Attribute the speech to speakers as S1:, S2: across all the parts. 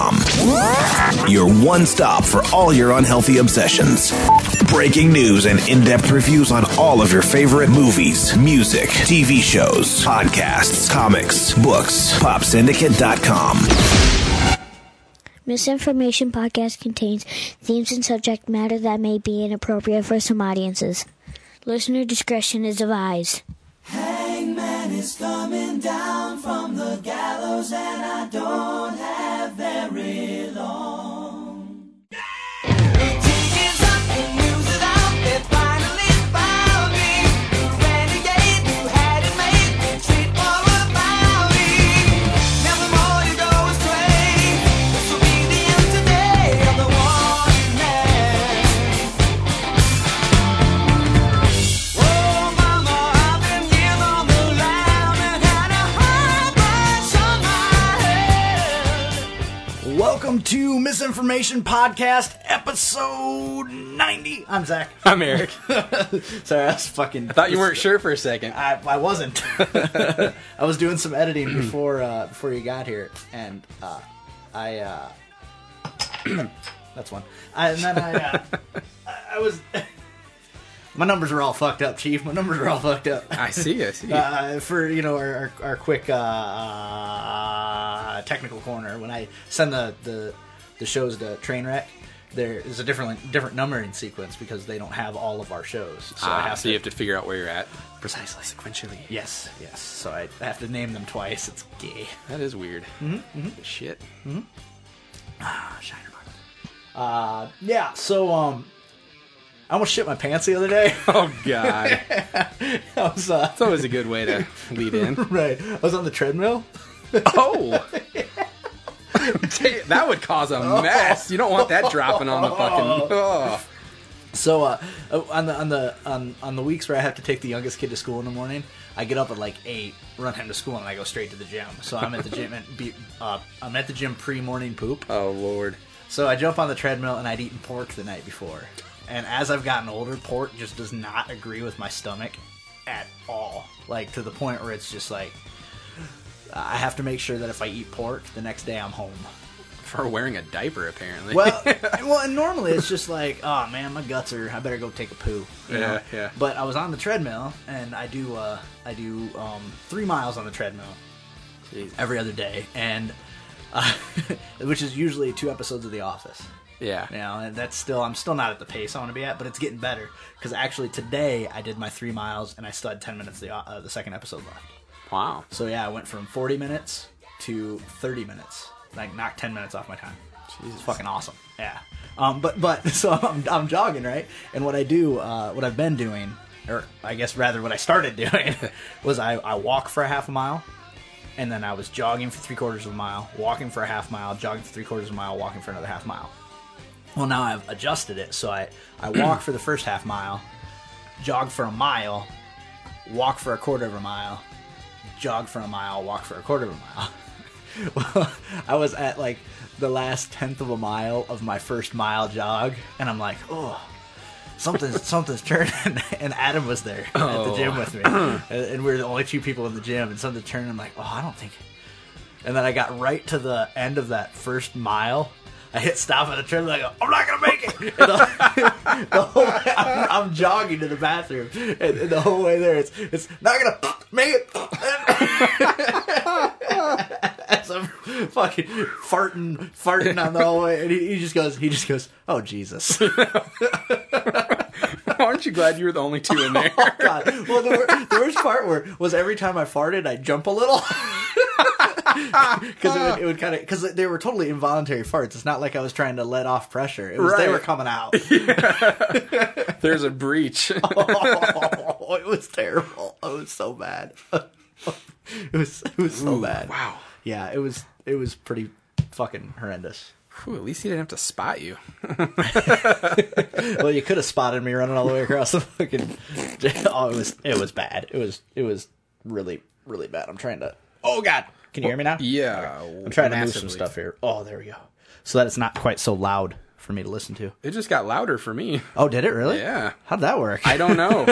S1: hiphopsyndicate.com. Your one stop for all your unhealthy obsessions. Breaking news and in depth reviews on all of your favorite movies, music, TV shows, podcasts, comics, books. PopSyndicate.com.
S2: Misinformation podcast contains themes and subject matter that may be inappropriate for some audiences. Listener discretion is advised.
S3: Hangman is coming down from the gallows, and I don't have very long. Tears up, the news is out, they finally found me. Renegade, you had it made, treat for a bounty. Now the more you go astray, this will be the end today of the warning man. Oh, mama, I've been in on the line and had a high price on my head.
S4: Welcome to Misinformation Podcast, episode 90. I'm Zach.
S5: I'm Eric.
S4: Sorry, I was fucking. I
S5: Thought you weren't sure for a second.
S4: I, I wasn't. I was doing some editing before uh, before you got here, and uh, I. Uh, that's one. I, and then I, uh, I- I was. My numbers are all fucked up, Chief. My numbers are all fucked up.
S5: I see. I see.
S4: uh, for you know our, our, our quick uh, uh, technical corner when I send the, the the shows to Trainwreck, there is a different different numbering sequence because they don't have all of our shows. So I
S5: Ah,
S4: have
S5: so you have to figure out where you're at.
S4: precisely.
S5: Sequentially.
S4: Yes, yes. So I have to name them twice. It's gay.
S5: That is weird. Mm-hmm, Shit.
S4: Ah, Shiner Box. Uh, yeah. So um, I almost shit my pants the other day.
S5: Oh god.
S4: I was uh,
S5: It's always a good way to lead in.
S4: right. I was on the treadmill.
S5: Oh. Take- that would cause a mess. You don't want that dropping on the fucking. Oh.
S4: So uh, on the on the on, on the weeks where I have to take the youngest kid to school in the morning, I get up at like eight, run him to school, and I go straight to the gym. So I'm at the gym and be, uh, I'm at the gym pre morning poop.
S5: Oh lord.
S4: So I jump on the treadmill and I'd eaten pork the night before, and as I've gotten older, pork just does not agree with my stomach at all. Like to the point where it's just like I have to make sure that if I eat pork the next day, I'm home.
S5: For wearing a diaper apparently.
S4: Well, well, and normally it's just like, oh man, my guts are. I better go take a poo. you know?
S5: Yeah, yeah.
S4: But I was on the treadmill, and I do, uh, I do um, three miles on the treadmill every other day, and uh, which is usually two episodes of The Office.
S5: yeah.
S4: You know, and that's still, I'm still not at the pace I want to be at, but it's getting better because actually today I did my three miles, and I still had ten minutes of the, uh, the second episode left.
S5: Wow.
S4: So yeah, I went from 40 minutes to 30 minutes. Like knocked 10 minutes off my time. It's fucking awesome. Yeah. Um, but but so I'm, I'm jogging right, and what I do, uh, what I've been doing, or I guess rather what I started doing, was I, I walk for a half a mile, and then I was jogging for three quarters of a mile, walking for a half mile, jogging for three quarters of a mile, walking for another half mile. Well, now I've adjusted it, so I I walk for the first half mile, jog for a mile, walk for a quarter of a mile, jog for a mile, walk for a quarter of a mile. well, I was at like the last tenth of a mile of my first mile jog, and I'm like, oh, something's something's turning. And Adam was there at the gym with me, and, and we are the only two people in the gym. And something turned. I'm like, oh, I don't think. And then I got right to the end of that first mile. I hit stop at the treadmill. I go, I'm not gonna make it. And the, the whole way, I'm, I'm jogging to the bathroom, and, and the whole way there, it's it's not gonna make it. As I'm fucking farting, farting on the whole way, and he, he just goes, he just goes, oh Jesus.
S5: Aren't you glad you were the only two in there?
S4: God. Well, the, wor- the worst part were, was every time I farted, I'd jump a little. Because it would, it would kind of, because they were totally involuntary farts. It's not like I was trying to let off pressure. It was they
S5: Right.
S4: were coming out.
S5: There's a breach.
S4: oh, it was terrible. It was so bad. it was it was so bad.
S5: wow.
S4: Yeah, it was it was pretty fucking horrendous.
S5: Whew, at least he didn't have to spot you.
S4: well, you could have spotted me running all the way across the fucking. Oh, it was it was bad. It was it was really really bad. I'm trying to. Oh God, can you hear me now?
S5: Yeah.
S4: I'm trying to move some stuff here. Oh, there we go. So that it's not quite so loud for me to listen to.
S5: It just got louder for me.
S4: Oh, did it really?
S5: Yeah.
S4: How'd that work?
S5: I don't know.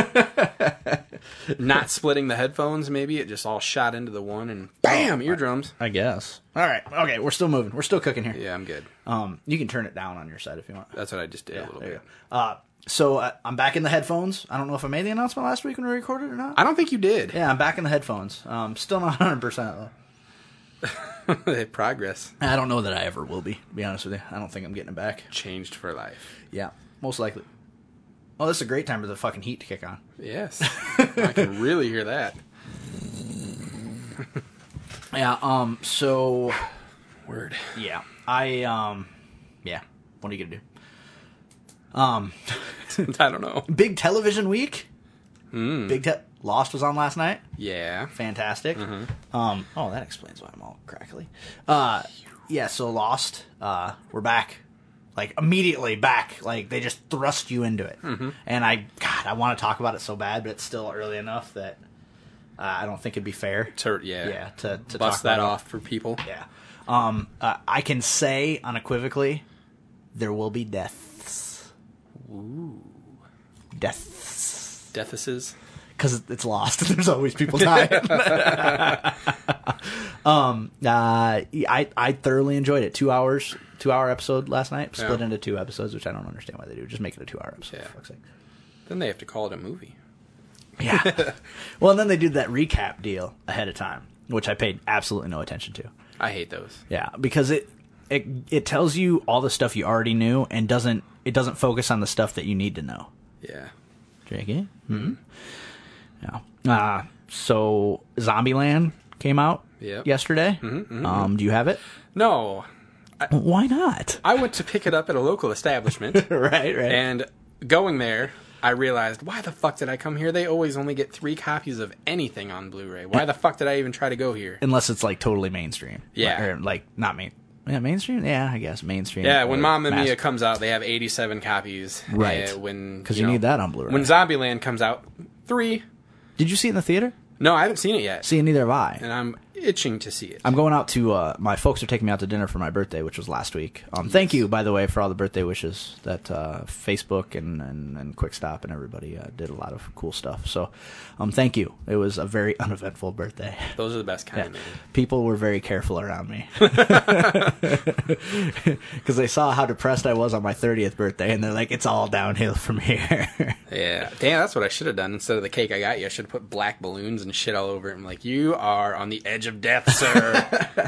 S5: Not splitting the headphones, maybe it just all shot into the one and bam, eardrums.
S4: I guess. All right. Okay, we're still moving. We're still cooking here.
S5: Yeah, I'm good.
S4: Um, you can turn it down on your side if you want.
S5: That's what I just did a little
S4: There you
S5: bit.
S4: go. Uh, so uh, I'm back in the headphones. I don't know if I made the announcement last week when we recorded or not.
S5: I don't think you did.
S4: yeah, I'm back in the headphones. Um, still not 100 percent though.
S5: Progress
S4: I don't know that I ever will be. To be honest with you, I don't think I'm getting it back.
S5: changed for life.
S4: Yeah, most likely. Oh, this is a great time for the fucking heat to kick on.
S5: Yes, I can really hear that.
S4: Yeah. Um. So.
S5: Word.
S4: Yeah. I. Um. Yeah. What are you gonna do?
S5: I don't know.
S4: Big television week. Big te- Lost was on last night.
S5: Yeah.
S4: Fantastic.
S5: Mm-hmm.
S4: Um. Oh, that explains why I'm all crackly. Uh. Yeah. So Lost. Uh. We're back. Like immediately back. Like they just thrust you into it.
S5: Mm-hmm.
S4: And I. God. I want to talk about it so bad, but it's still early enough that. Uh, I don't think it'd be fair.
S5: To, yeah.
S4: yeah. To, to talk
S5: Bust that
S4: about it.
S5: off for people.
S4: Yeah. Um, uh, I can say unequivocally, there will be deaths. Ooh. Deaths.
S5: Deficits.
S4: Because it's lost. There's always people dying. um, uh, I, I thoroughly enjoyed it. Two hours, two hour episode last night, split
S5: Yeah.
S4: into two episodes, which I don't understand why they do. Just make it a two hour episode.
S5: Yeah.
S4: For fuck's sake.
S5: Then they have to call it a movie.
S4: Yeah. well, and then they did that recap deal ahead of time, which I paid absolutely no attention to.
S5: I hate those.
S4: Yeah, because it it it tells you all the stuff you already knew and doesn't it doesn't focus on the stuff that you need to know.
S5: Yeah.
S4: Jackie? Mm-hmm. Yeah. Uh, so Zombieland came out
S5: Yep. Mm-hmm,
S4: yesterday. Um, do you have it?
S5: No,
S4: Why not?
S5: I went to pick it up at a local establishment,
S4: right, right.
S5: and going there, I realized why the fuck did I come here? They always only get three copies of anything on Blu-ray. Why the fuck did I even try to go here?
S4: Unless it's like totally mainstream.
S5: Yeah.
S4: Or, like not main. Yeah, mainstream. Yeah, I guess mainstream.
S5: Yeah, when
S4: or
S5: Mom and
S4: mass-
S5: Mia comes out, they have 87 copies.
S4: Right.
S5: Uh, when
S4: 'Cause you need that on Blu-ray.
S5: When Zombieland comes out, three.
S4: Did you see it in the theater?
S5: No, I haven't seen it yet,
S4: See, neither have I.
S5: and I'm itching to see it.
S4: I'm going out to uh, my folks are taking me out to dinner for my birthday, which was last week. Um, thank you, by the way, for all the birthday wishes that uh, Facebook and, and and Quick Stop and everybody uh, did a lot of cool stuff. So, um, thank you. It was a very uneventful birthday.
S5: Those are the best kind of movies.
S4: People were very careful around me because they saw how depressed I was on my 30th birthday, and they're like, "It's all downhill from here."
S5: Yeah, damn, that's what I should have done. Instead of the cake I got you, I should have put black balloons and shit all over it. I'm like, you are on the edge of death,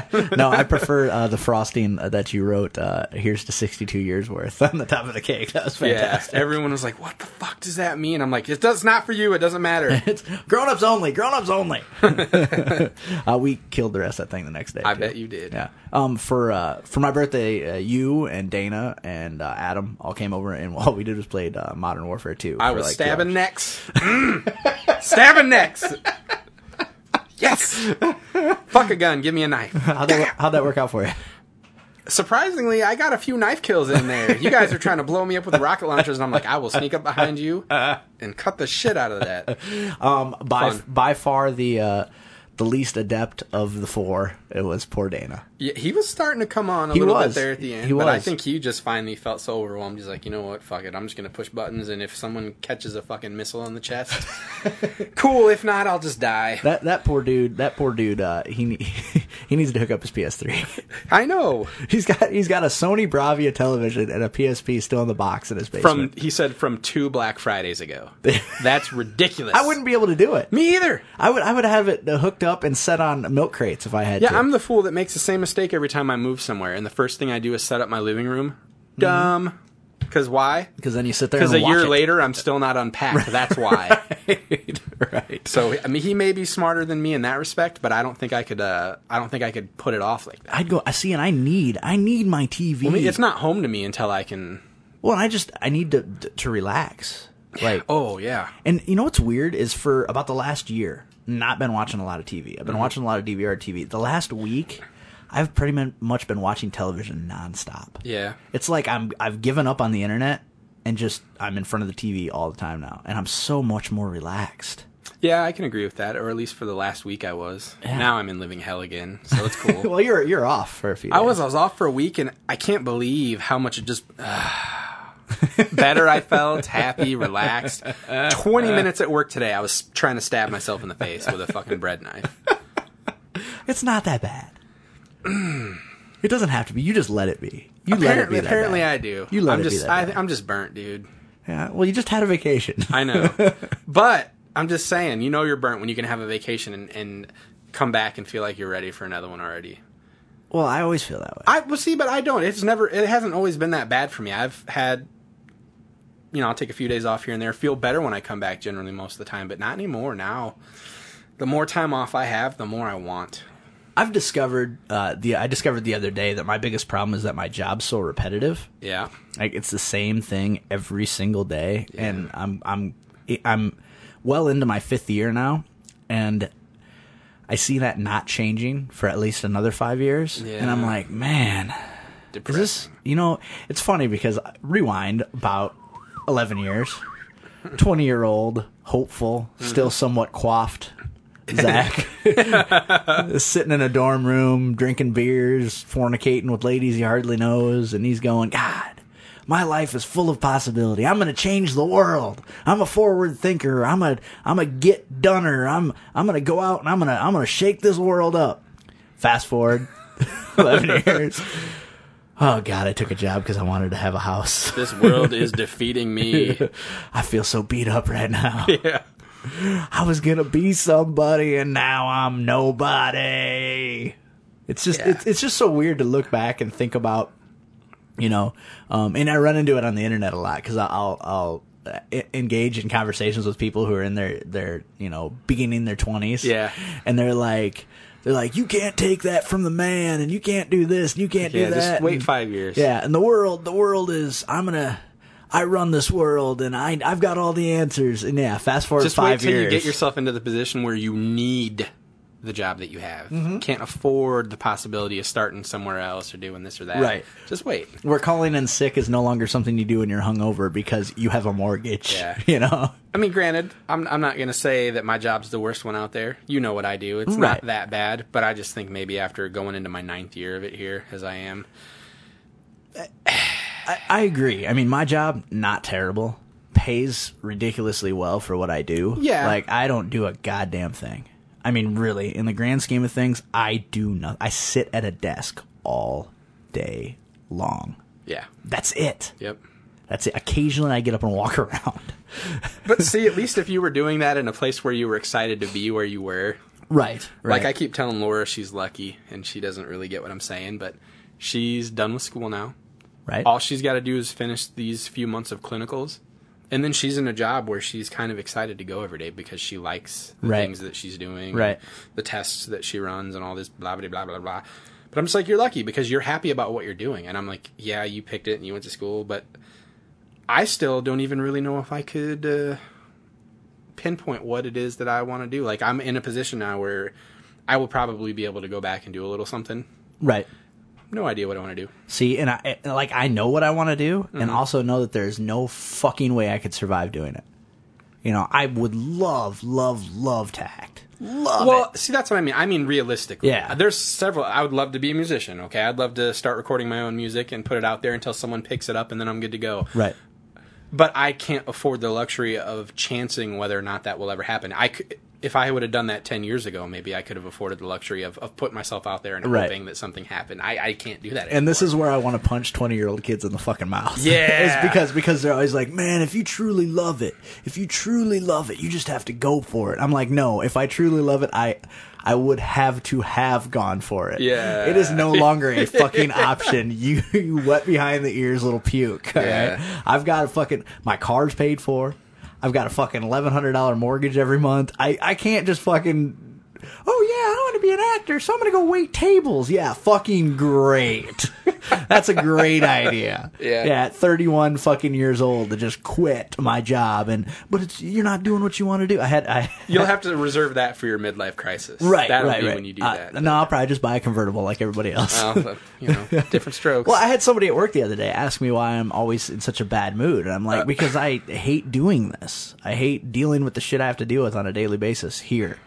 S5: sir.
S4: no, I prefer uh, the frosting that you wrote. Uh, Here's to 62 years worth on the top of the cake. That was
S5: yeah,
S4: fantastic.
S5: everyone was like, what the fuck does that mean? I'm like, it does not for you. It doesn't matter.
S4: It's grown-ups only. Grown-ups only. uh, we killed the rest of that thing the next day.
S5: I
S4: too.
S5: bet you did.
S4: Yeah. Um. For uh for my birthday, uh, you and Dana and uh, Adam all came over, and all we did was played uh, Modern Warfare 2.
S5: I
S4: for,
S5: was
S4: like, uh, two
S5: stabbing
S4: hours.
S5: necks. Mm. stabbing necks. Yes. Fuck a gun. Give me a knife.
S4: How'd that, how'd that work out for you?
S5: Surprisingly, I got a few knife kills in there. You guys are trying to blow me up with rocket launchers, and I'm like, I will sneak up behind you and cut the shit out of that.
S4: Um. By
S5: Fun.
S4: by far the uh the least adept of the four. It was poor Dana.
S5: Yeah, he was starting to come on a
S4: He
S5: little
S4: was.
S5: bit there at the end,
S4: He
S5: but I
S4: was.
S5: think he just finally felt so overwhelmed. He's like, you know what, fuck it, I'm just gonna push buttons, and if someone catches a fucking missile in the chest, cool. If not, I'll just die.
S4: That that poor dude. That poor dude. Uh. He ne- he needs to hook up his PS3.
S5: I know.
S4: he's got he's got a Sony Bravia television and a PSP still in the box in his basement.
S5: From he said from two Black Fridays ago. That's ridiculous.
S4: I wouldn't be able to do it.
S5: Me either.
S4: I would I would have it hooked up and set on milk crates if I had
S5: Yeah,
S4: to.
S5: I'm the fool that makes the same mistake every time I move somewhere, and the first thing I do is set up my living room. Dumb. Because why?
S4: because then you sit there
S5: Because a
S4: and watch
S5: year
S4: it.
S5: later, I'm still not unpacked. That's why.
S4: right?
S5: So I mean, he may be smarter than me in that respect, but I don't think I could. Uh, I don't think I could put it off like that.
S4: I'd go. I see, and I need I need my TV.
S5: I mean, it's not home to me until I can.
S4: well, I just I need to to relax. Like
S5: Oh yeah,
S4: And you know what's weird is for about the last year, not been watching a lot of TV. I've
S5: Mm-hmm.
S4: been watching a lot of DVR TV. The last week, I've pretty mon- much been watching television nonstop.
S5: Yeah.
S4: it's like I'm I've given up on the internet and just I'm in front of the TV all the time now, and I'm so much more relaxed.
S5: yeah, I can agree with that. Or at least for the last week, I was. Now I'm in living hell again, so it's cool.
S4: Well, you're you're off for a few.
S5: I was
S4: days.
S5: I was off for a week, and I can't believe how much it just. Better I felt, happy, relaxed. 20 minutes at work today, I was trying to stab myself in the face with a fucking bread knife.
S4: It's not that bad. it doesn't have to be. You just let it be. You let it be.
S5: apparently,
S4: that
S5: apparently
S4: bad.
S5: I do.
S4: You let
S5: I'm
S4: it
S5: just,
S4: be. That
S5: I,
S4: bad.
S5: I'm just burnt, dude.
S4: Yeah, well, you just had a vacation.
S5: I know. but I'm just saying, you know you're burnt when you can have a vacation and, and come back and feel like you're ready for another one already.
S4: well, I always feel that way.
S5: I well see, but I don't. It's never. It hasn't always been that bad for me. I've had, you know, I'll take a few days off here and there. Feel better when I come back generally most of the time, but not anymore now. The more time off I have, the more I want.
S4: I've discovered uh, the I discovered the other day that my biggest problem is that my job's so repetitive.
S5: Yeah,
S4: Like it's the same thing every single day, and I'm I'm I'm well into my fifth year now, and I see that not changing for at least another five years, and I'm
S5: Yeah.
S4: like, man, is
S5: depressing.
S4: this you know? It's funny because rewind about eleven years, twenty year old hopeful, still somewhat quaffed. Zach sitting in a dorm room drinking beers, fornicating with ladies he hardly knows, and he's going, God, my life is full of possibility. I'm gonna change the world. I'm a forward thinker. I'm a I'm a get doneer. I'm I'm gonna go out and I'm gonna I'm gonna shake this world up. Fast forward eleven years. Oh God, I took a job because I wanted to have a house.
S5: This world is defeating me.
S4: I feel so beat up right now.
S5: Yeah.
S4: I was gonna be somebody and now I'm nobody. It's just
S5: Yeah.
S4: it's, it's just so weird to look back and think about, you know, um, and I run into it on the internet a lot because I'll I'll uh, e- engage in conversations with people who are in their their you know beginning their twenties,
S5: Yeah.
S4: and they're like they're like you can't take that from the man and you can't do this and you can't
S5: Yeah,
S4: do that.
S5: just wait
S4: and-
S5: five years.
S4: Yeah, and the world the world is I'm gonna. I run this world, and I I've got all the answers. And yeah, fast forward
S5: Just wait
S4: five
S5: till
S4: years.
S5: you get yourself into the position where you need the job that you have. Can't afford the possibility of starting somewhere else or doing this or that.
S4: Right.
S5: Just wait.
S4: where calling in sick is no longer something you do when you're hungover because you have a mortgage.
S5: Yeah.
S4: You know?
S5: I mean, granted, I'm I'm not gonna say that my job's the worst one out there. You know what I do; it's
S4: Right.
S5: not that bad. But I just think maybe after going into my ninth year of it here, as I am,
S4: I, I agree. I mean, my job, not terrible, pays ridiculously well for what I do.
S5: Yeah.
S4: Like, I don't do a goddamn thing. I mean, really, in the grand scheme of things, I do nothing. I sit at a desk all day long.
S5: yeah,
S4: That's it.
S5: yep.
S4: That's it. Occasionally, I get up and walk around.
S5: But see, at least if you were doing that in a place where you were excited to be where you were,
S4: Right.
S5: like I keep telling Laura, she's lucky and she doesn't really get what I'm saying, but she's done with school now.
S4: right.
S5: All she's got to do is finish these few months of clinicals. And then she's in a job where she's kind of excited to go every day because she likes the
S4: Right.
S5: things that she's doing,
S4: Right.
S5: the tests that she runs, and all this blah blah blah blah blah. But I'm just like, you're lucky because you're happy about what you're doing. And I'm like, yeah, you picked it and you went to school, but I still don't even really know if I could uh, pinpoint what it is that I want to do. Like, I'm in a position now where I will probably be able to go back and do a little something.
S4: right.
S5: No idea what I want to do.
S4: See, and I and, like I know what I want to do, and also know that there's no fucking way I could survive doing it. You know, I would love, love, love to act. Love
S5: Well,
S4: it.
S5: see, that's what I mean. I mean, realistically,
S4: Yeah.
S5: There's several. I would love to be a musician. Okay, I'd love to start recording my own music and put it out there until someone picks it up, and then I'm good to go.
S4: Right.
S5: But I can't afford the luxury of chancing whether or not that will ever happen. I could, if I would have done that ten years ago, maybe I could have afforded the luxury of, of putting myself out there and
S4: Right.
S5: hoping that something happened. I, I can't do that.
S4: And this is where I want to punch twenty year old kids in the fucking mouth.
S5: Yeah.
S4: it's because because they're always like, Man, if you truly love it, if you truly love it, you just have to go for it. I'm like, No, if I truly love it, I I would have to have gone for it.
S5: Yeah.
S4: It is no longer a fucking option. You you wet behind the ears little puke. all
S5: Yeah.
S4: right? I've got a fucking my car's paid for. I've got a fucking eleven hundred dollar mortgage every month. I I can't just fucking. Oh yeah, I want to be an actor, so I'm gonna go wait tables. Yeah, fucking great. That's a great idea.
S5: Yeah.
S4: Yeah, at 31 fucking years old to just quit my job and but it's you're not doing what you want to do. I had I
S5: You'll have to reserve that for your midlife crisis.
S4: right
S5: That'll
S4: right
S5: be
S4: right.
S5: when you do
S4: Uh,
S5: that. Oh,
S4: no, I'll probably just buy a convertible like everybody else.
S5: Well, but, you know, different strokes.
S4: Well, I had somebody at work the other day ask me why I'm always in such a bad mood, and I'm like, because I hate doing this. I hate dealing with the shit I have to deal with on a daily basis here.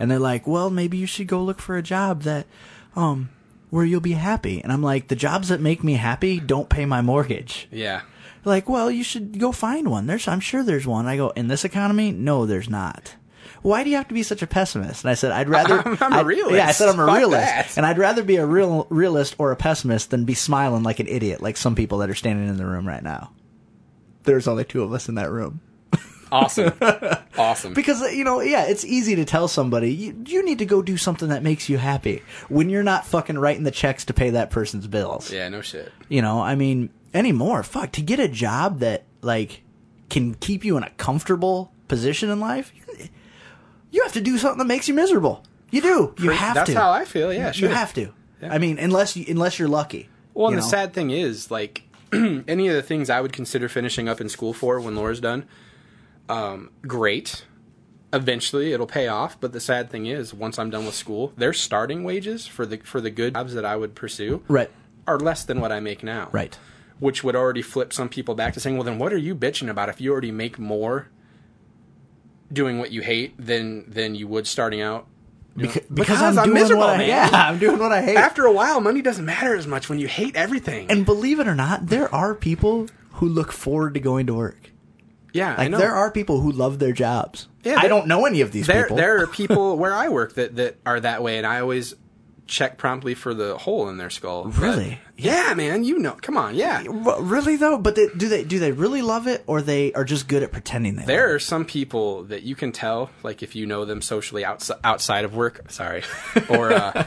S4: And they're like, well, maybe you should go look for a job that, um, where you'll be happy. And I'm like, the jobs that make me happy don't pay my mortgage.
S5: yeah.
S4: like, well, you should go find one. There's, I'm sure there's one. I go, in this economy? No, there's not. Why do you have to be such a pessimist? And I said, I'd rather.
S5: I'm- I'm a
S4: I-
S5: realist.
S4: Yeah, I said I'm a
S5: Fuck
S4: realist,
S5: that.
S4: and I'd rather be a real realist or a pessimist than be smiling like an idiot, like some people that are standing in the room right now. There's only two of us in that room.
S5: Awesome. awesome.
S4: Because uh, you know, yeah, it's easy to tell somebody you, you need to go do something that makes you happy when you're not fucking writing the checks to pay that person's bills.
S5: yeah, no shit.
S4: You know, I mean, anymore, fuck, to get a job that like can keep you in a comfortable position in life, you- you have to do something that makes you miserable. You do. You have
S5: That's
S4: to.
S5: how I feel. Yeah, sure.
S4: You have to. I mean, unless you, unless you're lucky.
S5: Well,
S4: you
S5: and the
S4: know?
S5: sad thing is, like, any of the things I would consider finishing up in school for when Laura's done, um, great. Eventually, it'll pay off. But the sad thing is, once I'm done with school, their starting wages for the for the good jobs that I would pursue
S4: Right.
S5: are less than what I make now.
S4: Right.
S5: Which would already flip some people back to saying, "Well, then, what are you bitching about if you already make more doing what you hate than than you would starting out?" doing-"
S4: Beca- because, I'm, doing what I, Yeah, I'm doing what I hate.
S5: After a while, money doesn't matter as much when you hate everything.
S4: And believe it or not, there are people who look forward to going to work.
S5: Yeah, I
S4: Like
S5: know.
S4: there are people who love their jobs.
S5: Yeah,
S4: I
S5: there-
S4: don't know any of these
S5: there
S4: people.
S5: there are people where I work that that are that way, and I always check promptly for the hole in their skull. But-
S4: Really?
S5: yeah, man. You know, come on, yeah.
S4: Well, really though, but they, do they do they really love it, or they are just good at pretending they?
S5: There
S4: love
S5: are some people that you can tell, like if you know them socially outside outside of work. Sorry, or uh,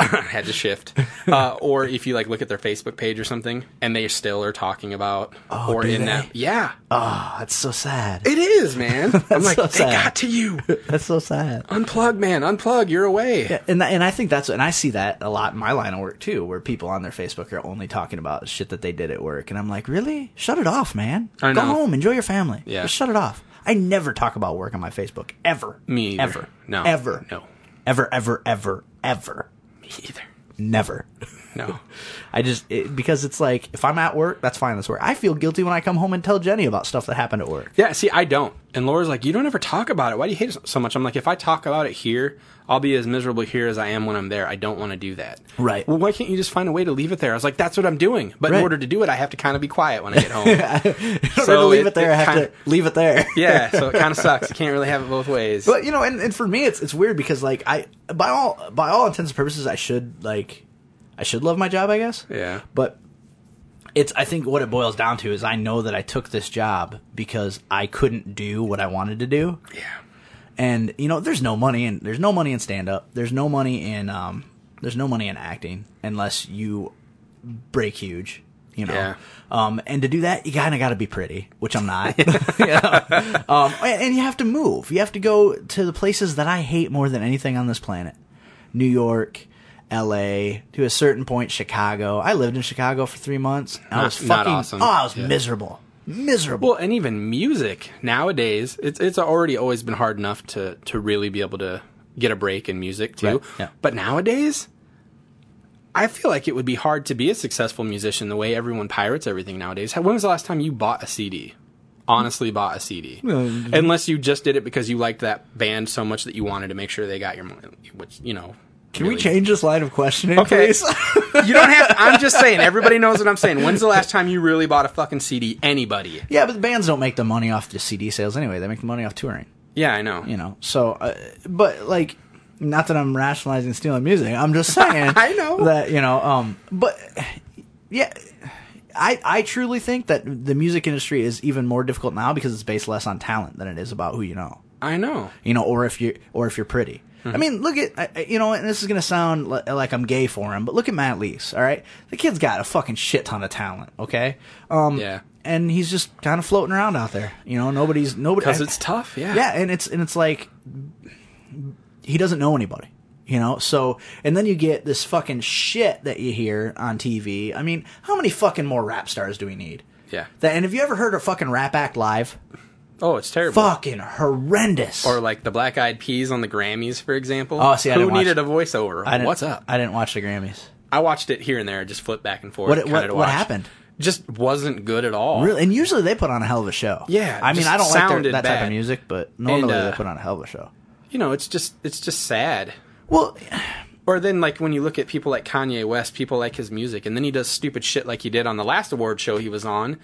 S5: had to shift, uh, or if you like look at their Facebook page or something, and they still are talking about
S4: Oh,
S5: or
S4: do
S5: in
S4: they?
S5: that. Yeah,
S4: it? Oh, that's so sad.
S5: it is, man. I'm like,
S4: so
S5: they
S4: sad.
S5: got to you.
S4: that's so sad.
S5: Unplug, man. Unplug. You're away.
S4: And tha- and I think that's and I see that a lot in my line of work too, where people on their Facebook are only talking about shit that they did at work, and I'm like, really? Shut it off, man.
S5: I
S4: Go
S5: know.
S4: home, enjoy your family.
S5: Yeah.
S4: Just shut it off. I never talk about work on my Facebook ever.
S5: Me either.
S4: ever.
S5: No.
S4: ever.
S5: No.
S4: Ever. Ever. Ever. Ever.
S5: Me either.
S4: Never.
S5: No.
S4: I just it, because it's like if I'm at work, that's fine. That's work. I feel guilty when I come home and tell Jenny about stuff that happened at work.
S5: Yeah, see, I don't. And Laura's like, you don't ever talk about it. Why do you hate it so much? I'm like, if I talk about it here, I'll be as miserable here as I am when I'm there. I don't want to do that.
S4: Right.
S5: Well, why can't you just find a way to leave it there? I was like, that's what I'm doing. But
S4: Right.
S5: in order to do it, I have to kind of be quiet when I get home.
S4: In order
S5: So
S4: to leave
S5: it-
S4: it, there,
S5: it
S4: I have
S5: kinda-
S4: to leave it there.
S5: yeah, so it kind of sucks. You can't really have it both ways.
S4: But you know, and, and for me, it's it's weird because like I by all by all intents and purposes, I should like I should love my job, I guess.
S5: Yeah.
S4: But it's I think what it boils down to is I know that I took this job because I couldn't do what I wanted to do.
S5: yeah.
S4: and you know there's no money in there's no money in stand up there's no money in um there's no money in acting unless you break huge you know
S5: Yeah.
S4: um and to do that you kind of got to be pretty which i'm not you know? um and, and you have to move you have to go to the places that i hate more than anything on this planet new york LA to a certain point, Chicago. I lived in Chicago for three months. and I
S5: Not-
S4: was fucking.
S5: not awesome.
S4: Oh, I was
S5: Yeah.
S4: miserable, miserable.
S5: Well, and even music nowadays, it's it's already always been hard enough to to really be able to get a break in music too.
S4: Right, yeah.
S5: But nowadays, I feel like it would be hard to be a successful musician the way everyone pirates everything nowadays. When was the last time you bought a CD? Honestly, bought a CD. Unless you just did it because you liked that band so much that you wanted to make sure they got your money, which you know.
S4: Can we
S5: really-
S4: change this line of questioning,
S5: Okay.
S4: please?
S5: you don't have. I'm just saying. Everybody knows what I'm saying. When's the last time you really bought a fucking CD? Anybody?
S4: Yeah, but the bands don't make the money off the CD sales anyway. They make the money off touring,
S5: Yeah, I know.
S4: you know. So, uh, but like, not that I'm rationalizing stealing music. I'm just saying.
S5: I know.
S4: that you know. Um, but yeah, I I truly think that the music industry is even more difficult now because it's based less on talent than it is about who you know
S5: I know.
S4: you know, or if you or if you're pretty.
S5: Mm-hmm.
S4: I mean, look at I- I- you know, and this is gonna sound li- like I'm gay for him, but look at Matt Lees. All right, the kid's got a fucking shit ton of talent. Okay, um,
S5: Yeah.
S4: and he's just kind of floating around out there. You know, nobody's nobody
S5: Because it's tough. Yeah.
S4: yeah, and it's and it's like he doesn't know anybody, you know. So and then you get this fucking shit that you hear on TV. I mean, how many fucking more rap stars do we need?
S5: Yeah.
S4: That, and have you ever heard a fucking rap act live?
S5: Oh, it's terrible.
S4: Fucking horrendous.
S5: Or like the Black Eyed Peas on the Grammys, for example.
S4: Oh, see, I
S5: who
S4: didn't watch
S5: needed
S4: it.
S5: a voiceover?
S4: I didn't,
S5: What's up? I,
S4: I didn't watch the Grammys.
S5: watched it here and there. I just flipped back and forth.
S4: What-
S5: kinda
S4: what-
S5: to
S4: what
S5: watch.
S4: happened?
S5: Just wasn't good at all.
S4: Really, and usually they put on a hell of a show.
S5: Yeah,
S4: I mean,
S5: just
S4: I don't like their,
S5: sounded
S4: that type of
S5: bad.
S4: music, but normally
S5: uh,
S4: they put on a hell of a show.
S5: You know, it's just it's just sad.
S4: Well,
S5: Or then like when you look at people like Kanye West, people like his music, and then he does stupid shit like he did on the last award show he was on.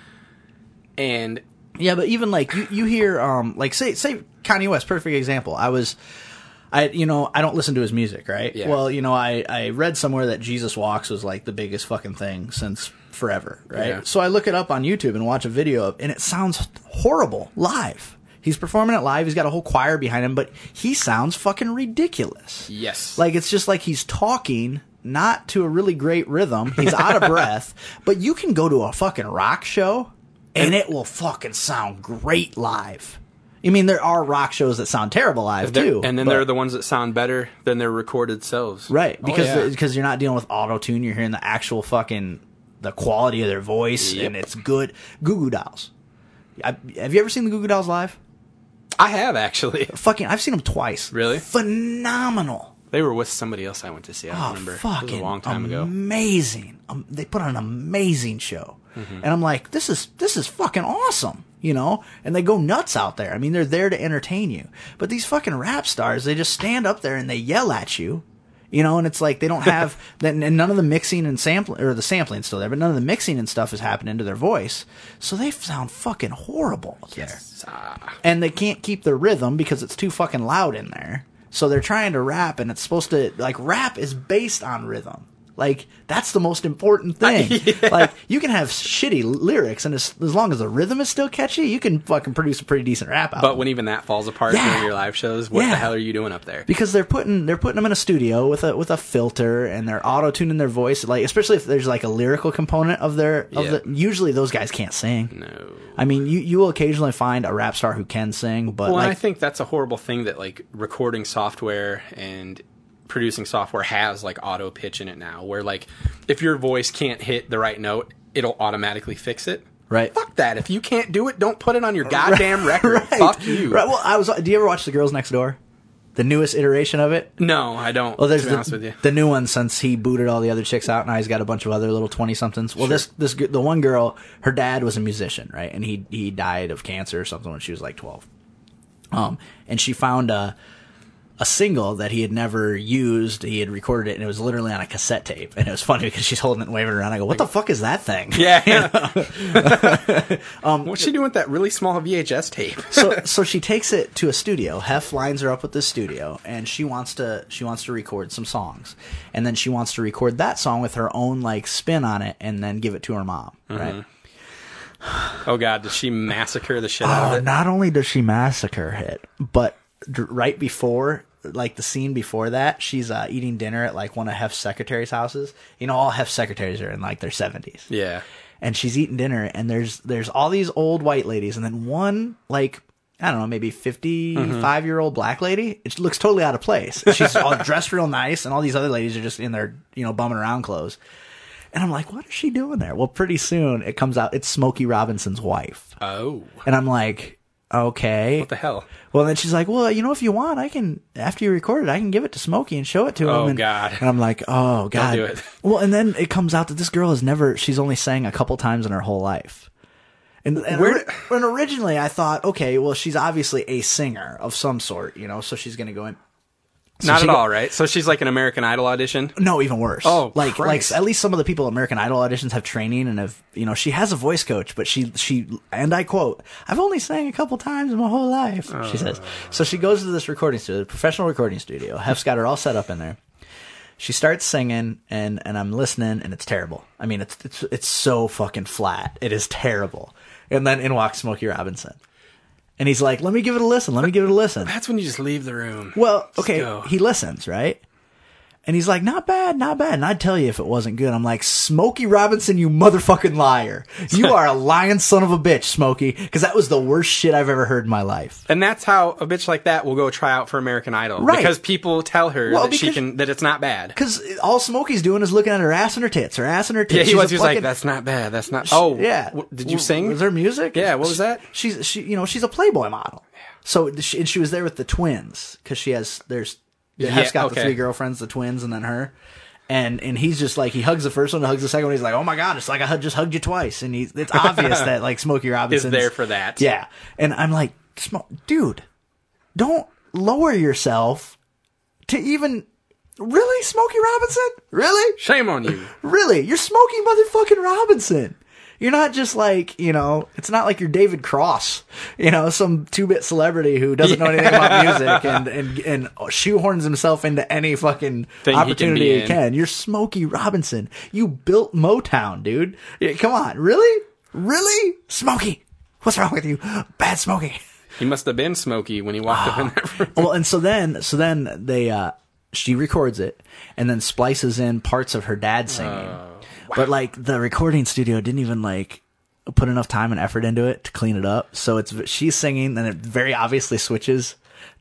S5: and
S4: Yeah, but even like you, you hear um like say say Kanye West, perfect example. I was I you know, I don't listen to his music, right?
S5: Yeah.
S4: Well, you know, I, I read somewhere that Jesus Walks was like the biggest fucking thing since forever, right?
S5: Yeah.
S4: So I look it up on YouTube and watch a video of and it sounds horrible live. He's performing it live, he's got a whole choir behind him, but he sounds fucking ridiculous.
S5: yes,
S4: Like it's just like he's talking not to a really great rhythm. He's out of breath, but you can go to a fucking rock show and it will fucking sound great live. I mean, there are rock shows that sound terrible live
S5: They're-
S4: too,
S5: and then
S4: but-
S5: they're the ones that sound better than their recorded selves.
S4: right
S5: Oh,
S4: because
S5: yeah.
S4: because you're not dealing with auto tune. You're hearing the actual fucking the quality of their voice,
S5: Yep.
S4: and it's good. Goo Goo Dolls. I, have you ever seen the Goo Goo Dolls live?
S5: I have actually.
S4: Fucking, I've seen them twice.
S5: Really?
S4: phenomenal.
S5: They were with somebody else I went to see. I don't remember.
S4: Oh, Fucking
S5: it was a long time ago.
S4: Amazing. Um, they put on an amazing show,
S5: Mm-hmm.
S4: and I'm like, this is this is fucking awesome, you know. And they go nuts out there. I mean, they're there to entertain you. But these fucking rap stars, they just stand up there and they yell at you, you know. And it's like they don't have that, and none of the mixing and sampling or the sampling's still there, but none of the mixing and stuff is happening to their voice, so they sound fucking horrible out there and they can't keep their rhythm because it's too fucking loud in there. So they're trying to rap, and it's supposed to like rap is based on rhythm. Like that's the most important thing. Like you can have shitty lyrics, and as, as long as the rhythm is still catchy, you can fucking produce a pretty decent rap album.
S5: But when even that falls apart
S4: Yeah.
S5: during your live shows, what
S4: Yeah.
S5: the hell are you doing up there?
S4: because they're putting they're putting them in a studio with a with a filter and they're auto tuning their voice like especially if there's like a lyrical component of their of
S5: Yeah.
S4: the, usually those guys can't sing
S5: No.
S4: I mean you you will occasionally find a rap star who can sing but
S5: Well, and
S4: like
S5: I think that's a horrible thing that like recording software and producing software has like auto pitch in it now, where like if your voice can't hit the right note, it'll automatically fix it.
S4: Right.
S5: Fuck that. If you can't do it, don't put it on your goddamn record.
S4: Right.
S5: Fuck you.
S4: Right. Well, I was. Do you ever watch The Girls Next Door? The newest iteration of it.
S5: No, I don't.
S4: Well, there's
S5: to be honest with
S4: the,
S5: you.
S4: the new one since he booted all the other chicks out. Now he's got a bunch of other little twenty somethings. Well, this this g- the one girl. Her dad was a musician, right? And he he died of cancer or something when she was like twelve. Um, and she found a a single that he had never used. He had recorded it, and it was literally on a cassette tape. And it was funny because she's holding it and waving it around. I go, "What the fuck is that thing?"
S5: Yeah.
S4: Um,
S5: What's she doing with that really small VHS tape?
S4: so so she takes it to a studio. Hef lines her up with the studio, and she wants to she wants to record some songs, and then she wants to record that song with her own like spin on it, and then give it to her mom. Right.
S5: Oh god, does she massacre the shit out
S4: Oh,
S5: of it?
S4: not only does she massacre it, but d- right before, like the scene before that, she's uh, eating dinner at like one of Hef's secretary's houses. You know, all Hef's secretaries are in like their seventies.
S5: Yeah.
S4: and she's eating dinner and there's there's all these old white ladies and then one like I don't know, maybe 55 year old black lady. It looks totally out of place. And She's all dressed real nice, and all these other ladies are just in their, you know, bumming around clothes. And I'm like, what is she doing there? Well, pretty soon it comes out, it's Smokey Robinson's wife.
S5: Oh.
S4: And I'm like, okay.
S5: What the hell?
S4: Well, then she's like, well, you know, if you want, I can, after you record it, I can give it to Smokey and show it to him.
S5: Oh,
S4: and,
S5: God.
S4: And I'm like, oh, God.
S5: do it.
S4: Well, and then it comes out that this girl has never, she's only sang a couple times in her whole life. And, and,
S5: Where-
S4: ori- and originally I thought, okay, well, she's obviously a singer of some sort, you know, so she's going to go in. So
S5: not
S4: she
S5: at
S4: go-
S5: all, right? So she's like an American Idol audition.
S4: No, even worse.
S5: Oh,
S4: like
S5: Christ.
S4: like at least some of the people at American Idol auditions have training and have you know she has a voice coach, but she she and I quote, "I've only sang a couple times in my whole life,"
S5: Uh.
S4: she says. So she goes to this recording studio, professional recording studio. Hef's got her all set up in there. She starts singing and and I'm listening and it's terrible. I mean it's it's it's so fucking flat. It is terrible. And then in walks Smokey Robinson, and he's like, "Let me give it a listen. Let me give it a listen."
S5: That's when you just leave the room.
S4: Well, okay,
S5: go.
S4: he listens, right? And he's like, not bad, not bad. And I'd tell you if it wasn't good. I'm like, Smokey Robinson, you motherfucking liar. You are a lying son of a bitch, Smokey. Because that was the worst shit I've ever heard in my life.
S5: And that's how a bitch like that will go try out for American Idol
S4: Right.
S5: because people tell her
S4: Well,
S5: that she
S4: because-
S5: can that it's not bad.
S4: Because all Smokey's doing is looking at her ass and her tits, her ass and her tits.
S5: Yeah, he
S4: She's
S5: was.
S4: a
S5: He was like,
S4: fucking-
S5: "That's not bad. That's not." Oh,
S4: yeah.
S5: w- Did
S4: W-
S5: you sing?
S4: Was there music?
S5: Yeah, what was
S4: She-
S5: that?
S4: She's she, you know, she's a Playboy model. So she, and she was there with the twins because she has there's yeah, has got the
S5: okay.
S4: three girlfriends, the twins, and then her. And and he's just like he hugs the first one, hugs the second one. He's like, oh my god, it's like I hug- just hugged you twice. And he's it's obvious that like Smokey Robinson
S5: there for that.
S4: Yeah, and I'm like, Smo- dude, don't lower yourself to even really Smokey Robinson. Really,
S5: Shame on you.
S4: Really? You're smoking motherfucking Robinson. You're not just like, you know, it's not like you're David Cross, you know, some two bit celebrity who doesn't know anything about music and, and, and shoehorns himself into any fucking
S5: Thing he can
S4: opportunity
S5: be
S4: he
S5: in.
S4: can. You're Smokey Robinson. You built Motown, dude. Yeah, come on. Really? Really? Smokey. What's wrong with you? Bad Smokey.
S5: He must have been Smokey when he walked up in
S4: Ah,
S5: that room.
S4: well, and so then, so then they, uh, she records it and then splices in parts of her dad singing.
S5: Oh.
S4: But like the recording studio didn't even like put enough time and effort into it to clean it up. So it's, she's singing and it very obviously switches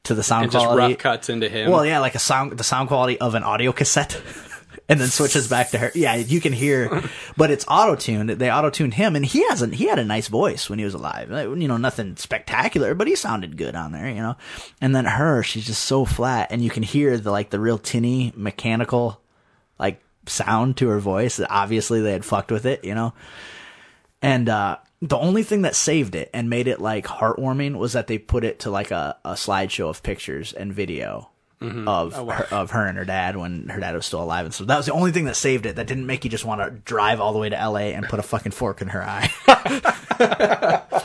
S4: to the sound
S5: And just
S4: quality.
S5: rough cuts into him.
S4: Well, yeah, like a sound, the sound quality of an audio cassette, and then switches back to her. Yeah, you can hear, but it's auto tuned. They auto tuned him, and he hasn't. He had a nice voice when he was alive. Like, you know, nothing spectacular, but he sounded good on there. You know, and then her, she's just so flat, and you can hear the like the real tinny mechanical, like sound to her voice. That obviously they had fucked with it. You know, and uh the only thing that saved it and made it like heartwarming was that they put it to like a, a slideshow of pictures and video of her, of her and her dad when her dad was still alive and so that was the only thing that saved it that didn't make you just want to drive all the way to LA and put a fucking fork in her eye.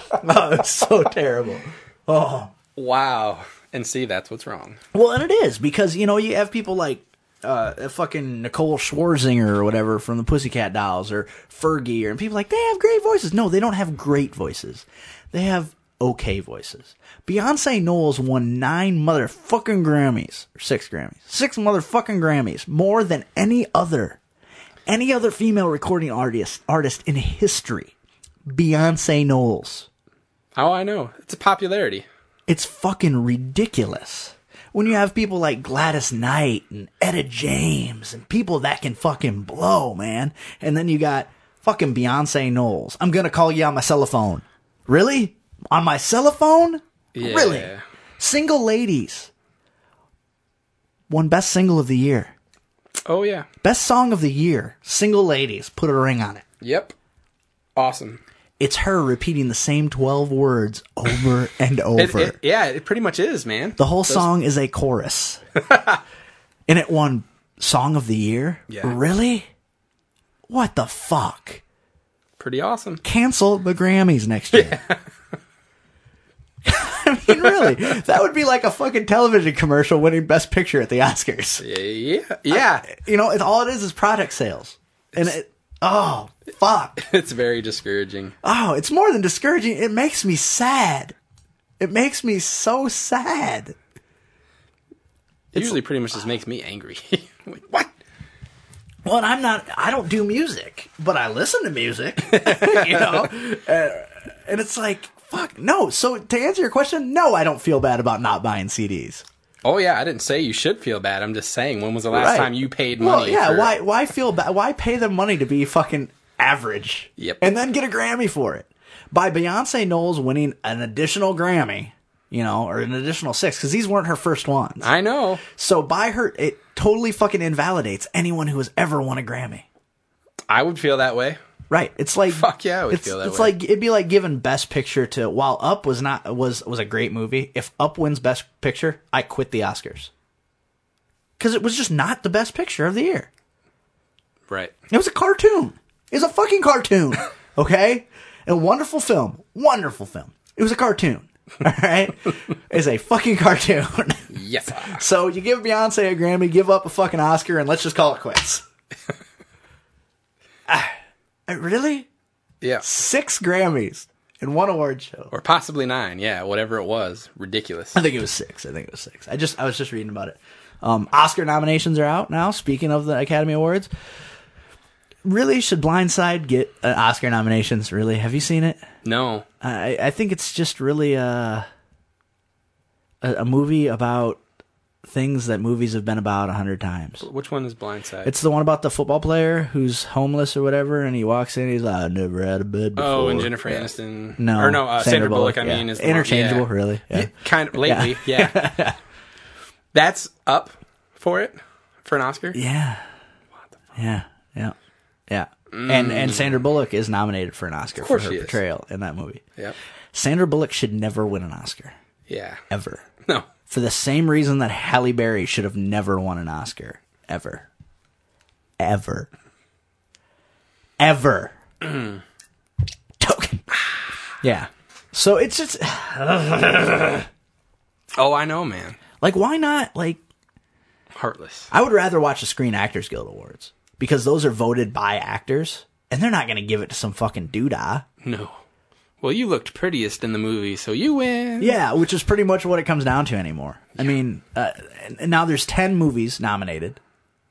S4: oh, it's so terrible.
S5: Wow. And see, that's what's wrong.
S4: Well, and it is because you know you have people like uh, fucking Nicole Schwarzinger or whatever from the Pussycat Dolls or Fergie or and people like they have great voices. No, they don't have great voices. They have okay voices. Beyonce Knowles won nine motherfucking Grammys or six Grammys, six motherfucking Grammys, more than any other any other female recording artist artist in history. Beyonce Knowles.
S5: Oh, I know. It's a popularity.
S4: It's fucking ridiculous. When you have people like Gladys Knight and Etta James and people that can fucking blow, man. And then you got fucking Beyonce Knowles. I'm gonna call you on my cell phone. Really? On my cell phone?
S5: Yeah.
S4: Really? Single ladies. Won best single of the year.
S5: Oh, yeah.
S4: Best song of the year. Single ladies. Put a ring on it.
S5: Yep. Awesome.
S4: It's her repeating the same 12 words over and
S5: It,
S4: over.
S5: it- yeah, it pretty much is, man.
S4: The whole song is a chorus. and it won Song of the Year?
S5: Yeah.
S4: Really? What the fuck?
S5: Pretty awesome.
S4: Cancel the Grammys next year. I mean, really? That would be like a fucking television commercial winning Best Picture at the Oscars.
S5: Yeah. Yeah.
S4: You know, it's, all it is is product sales. And it, oh, fuck.
S5: It's very discouraging.
S4: Oh, it's more than discouraging. It makes me sad. It makes me so sad.
S5: usually pretty much just makes me angry. Like, what?
S4: Well, and I'm not. I don't do music, but I listen to music. you know, Uh, and it's like fuck no. So to answer your question, no, I don't feel bad about not buying CDs.
S5: Oh yeah, I didn't say you should feel bad. I'm just saying when was the last
S4: Right.
S5: time you paid money?
S4: Well, yeah.
S5: for-
S4: Why? Why feel bad? Why pay them money to be fucking average?
S5: Yep.
S4: And then get a Grammy for it by Beyonce Knowles winning an additional Grammy. You know, or an additional six because these weren't her first ones.
S5: I know.
S4: so by her, it totally fucking invalidates anyone who has ever won a Grammy.
S5: I would feel that way.
S4: Right. It's like
S5: Fuck yeah, I would
S4: it's,
S5: feel that
S4: It's
S5: way.
S4: like it'd be like giving Best Picture to while Up was not was was a great movie. If Up wins Best Picture, I quit the Oscars because it was just not the best picture of the year.
S5: Right.
S4: It was a cartoon. It was a fucking cartoon. Okay? A wonderful film. Wonderful film. It was a cartoon. All right? it's a fucking cartoon.
S5: Yes.
S4: so you give Beyonce a Grammy, give up a fucking Oscar, and let's just call it quits. Ah, really?
S5: yeah.
S4: six Grammys and one award show.
S5: Or possibly nine. Yeah. Whatever it was. Ridiculous.
S4: I think it was six. I think it was six. I just I was just reading about it. Um, Oscar nominations are out now. Speaking of the Academy Awards, really should Blindside get uh, Oscar nominations? Really, have you seen it?
S5: No.
S4: I I think it's just really uh, a a movie about things that movies have been about a hundred times.
S5: Which one is Blindside?
S4: It's the one about the football player who's homeless or whatever, and he walks in. He's like, "I never had a bed before."
S5: oh, and Jennifer
S4: Yeah.
S5: Aniston.
S4: No,
S5: Or no, uh, Sandra, Bullock. I
S4: yeah.
S5: mean, is the one-
S4: interchangeable,
S5: yeah.
S4: really. Yeah.
S5: Yeah, Kind of lately. Yeah. That's up for it for an Oscar.
S4: Yeah. Yeah. Yeah. Yeah. And and Sandra Bullock is nominated for an Oscar for
S5: Mm. course
S4: her
S5: she is.
S4: portrayal in that movie.
S5: Yep.
S4: Sandra Bullock should never win an Oscar
S5: Yeah.
S4: ever.
S5: No.
S4: For the same reason that Halle Berry should have never won an Oscar ever.
S5: Mm.
S4: Ever. Ever. Yeah. So it's just
S5: Oh, I know, man.
S4: like why not like
S5: Heartless.
S4: I would rather watch the Screen Actors Guild Awards because those are voted by actors and they're not going to give it to some fucking doodah.
S5: No. Well, you looked prettiest in the movie, so you win.
S4: Yeah, which is pretty much what it comes down to anymore. I mean, uh, and- and now there's 10 movies nominated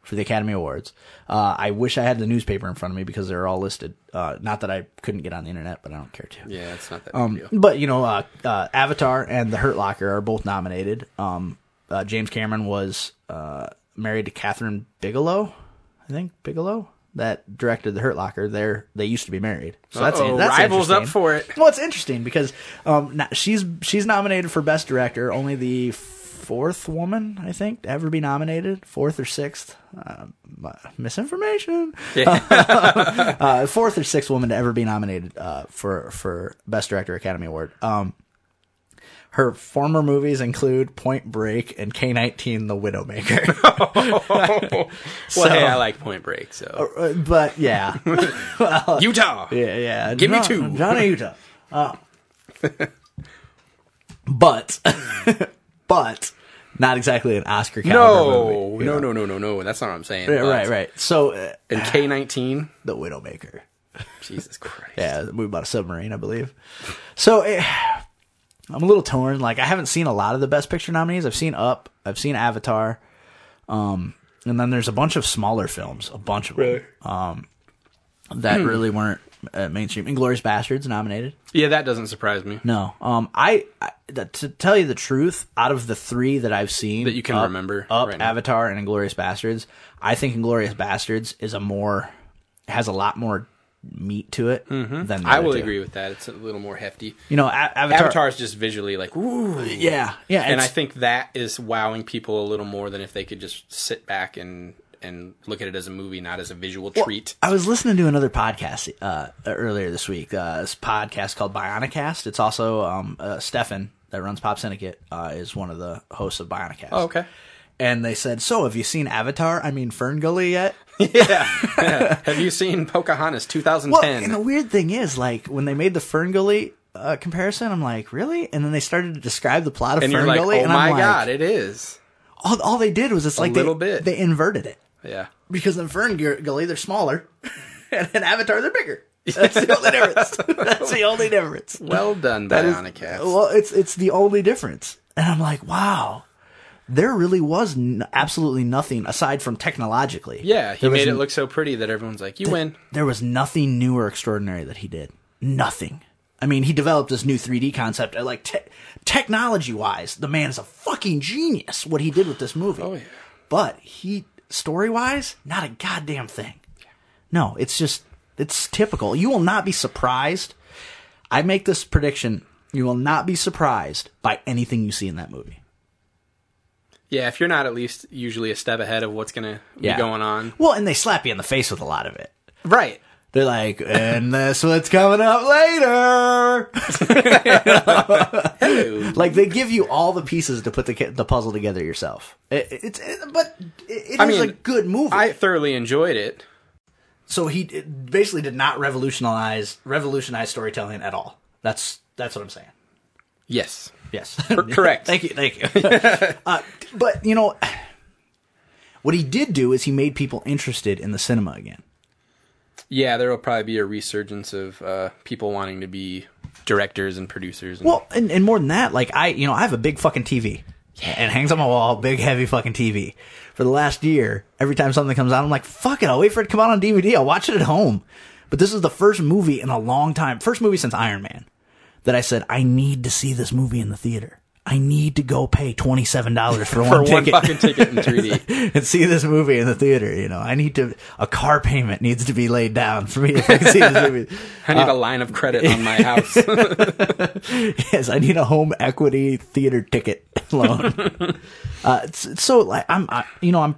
S4: for the Academy Awards. Uh, I wish I had the newspaper in front of me because they're all listed. Uh, not that I couldn't get on the internet, but I don't care to.
S5: Yeah, it's not that big deal.
S4: But you know, uh, uh, Avatar and The Hurt Locker are both nominated. Um, uh, James Cameron was uh, married to Catherine Bigelow, I think Bigelow that directed The Hurt Locker. There, they used to be married. So that's,
S5: Uh-oh,
S4: that's
S5: rivals up
S4: interesting.
S5: for it.
S4: Well, it's interesting because um, na- she's she's nominated for Best Director. Only the fourth woman, I think, to ever be nominated, fourth or sixth. Uh, m- misinformation uh, fourth or sixth woman to ever be nominated uh, for for Best Director Academy Award. Um, her former movies include Point Break and K nineteen The Widowmaker. So-
S5: Well, hey, I like Point Break, so
S4: Uh, but yeah,
S5: Utah.
S4: yeah, yeah.
S5: Give me
S4: No,
S5: two.
S4: Johnny Utah. Uh, but but not exactly an Oscar caliber
S5: No,
S4: movie.
S5: no, no, no, no, no. That's not what I'm saying.
S4: Yeah,
S5: Uh,
S4: right, right. So uh,
S5: And K nineteen.
S4: The Widowmaker.
S5: Jesus Christ.
S4: Yeah, the movie about a submarine, I believe. So eh, I'm a little torn. Like I haven't seen a lot of the Best Picture nominees. I've seen Up. I've seen Avatar. Um, and then there's a bunch of smaller films, a bunch of them, um,
S5: Hmm.
S4: that really weren't uh, mainstream. Inglorious Bastards nominated.
S5: Yeah, that doesn't surprise me.
S4: No, um, I, I th- to tell you the truth, out of the three that I've seen
S5: That you can
S4: Up-
S5: remember
S4: Up,
S5: right now.
S4: Avatar, and Inglorious Bastards, I think Inglorious Bastards is a more has a lot more meat to it than the
S5: Mm-hmm. I
S4: other
S5: will
S4: two.
S5: agree with that. It's a little more hefty.
S4: You know, a- Avatar.
S5: Avatar is just visually like, ooh,
S4: Yeah, yeah,
S5: and I
S4: it's-
S5: think that is wowing people a little more than if they could just sit back and and look at it as a movie, not as a visual treat.
S4: I was listening to another podcast uh, earlier this week. Uh, this podcast called Bionicast. It's also um, uh, Stefan that runs Pop Syndicate uh, is one of the hosts of Bionicast.
S5: Oh, okay.
S4: And they said, "So, have you seen Avatar? I mean, Ferngully yet?"
S5: Have you seen Pocahontas
S4: Well,
S5: 2010?
S4: and the weird thing is, like when they made the Ferngully uh, comparison, I'm like, really? And then they started to describe the plot of
S5: and you're
S4: Ferngully,
S5: like, oh
S4: and
S5: my
S4: I'm
S5: god,
S4: like,
S5: it is.
S4: all, all they did was it's like
S5: little
S4: they,
S5: bit.
S4: they inverted it
S5: Yeah.
S4: because in Ferngully they're smaller, and in Avatar they're bigger. That's the only difference. That's the only difference.
S5: Well done,
S4: That is-
S5: Bionicast.
S4: Well, it's it's the only difference, and I'm like, wow, there really was n- absolutely nothing aside from technologically.
S5: yeah, he
S4: There was
S5: made it
S4: n-
S5: look so pretty that everyone's like, you win.
S4: There was nothing new or extraordinary that he did. Nothing. I mean, he developed this new 3D concept. uh, Like te- technology-wise, the man is a fucking genius. What he did with this movie.
S5: Oh, yeah.
S4: But he story-wise, not a goddamn thing. No, it's just it's typical. You will not be surprised. I make this prediction. You will not be surprised by anything you see in that movie.
S5: Yeah, if you're not at least usually a step ahead of what's gonna
S4: Yeah.
S5: be going on.
S4: Well, and they slap you in the face with a lot of it.
S5: Right.
S4: They're like, and that's what's coming up later. like they give you all the pieces to put the ki- the puzzle together yourself. It, it's it, but it, it is
S5: I mean,
S4: a good movie.
S5: I thoroughly enjoyed it.
S4: so he d- basically did not revolutionize revolutionize storytelling at all. That's that's what I'm saying.
S5: Yes.
S4: Yes,
S5: correct.
S4: thank you, thank you. uh, but you know, what he did do is he made people interested in the cinema again.
S5: Yeah, there will probably be a resurgence of uh, people wanting to be directors and producers. And,
S4: Well, and, and more than that, like I, you know, I have a big fucking TV. And it hangs on my wall, big heavy fucking TV. For the last year, every time something comes out, I'm like, fuck it, I'll wait for it to come out on DVD. I'll watch it at home. But this is the first movie in a long time, first movie since Iron Man, that I said, I need to see this movie in the theater. I need to go pay $27 for,
S5: for
S4: one
S5: one
S4: ticket
S5: fucking ticket in 3D.
S4: and see this movie in the theater. You know, I need to, a car payment needs to be laid down for me to fucking see this movie.
S5: I need a line of credit on my house.
S4: Yes, I need a home equity theater ticket loan. uh, s- so, like, I'm, I, you know, I'm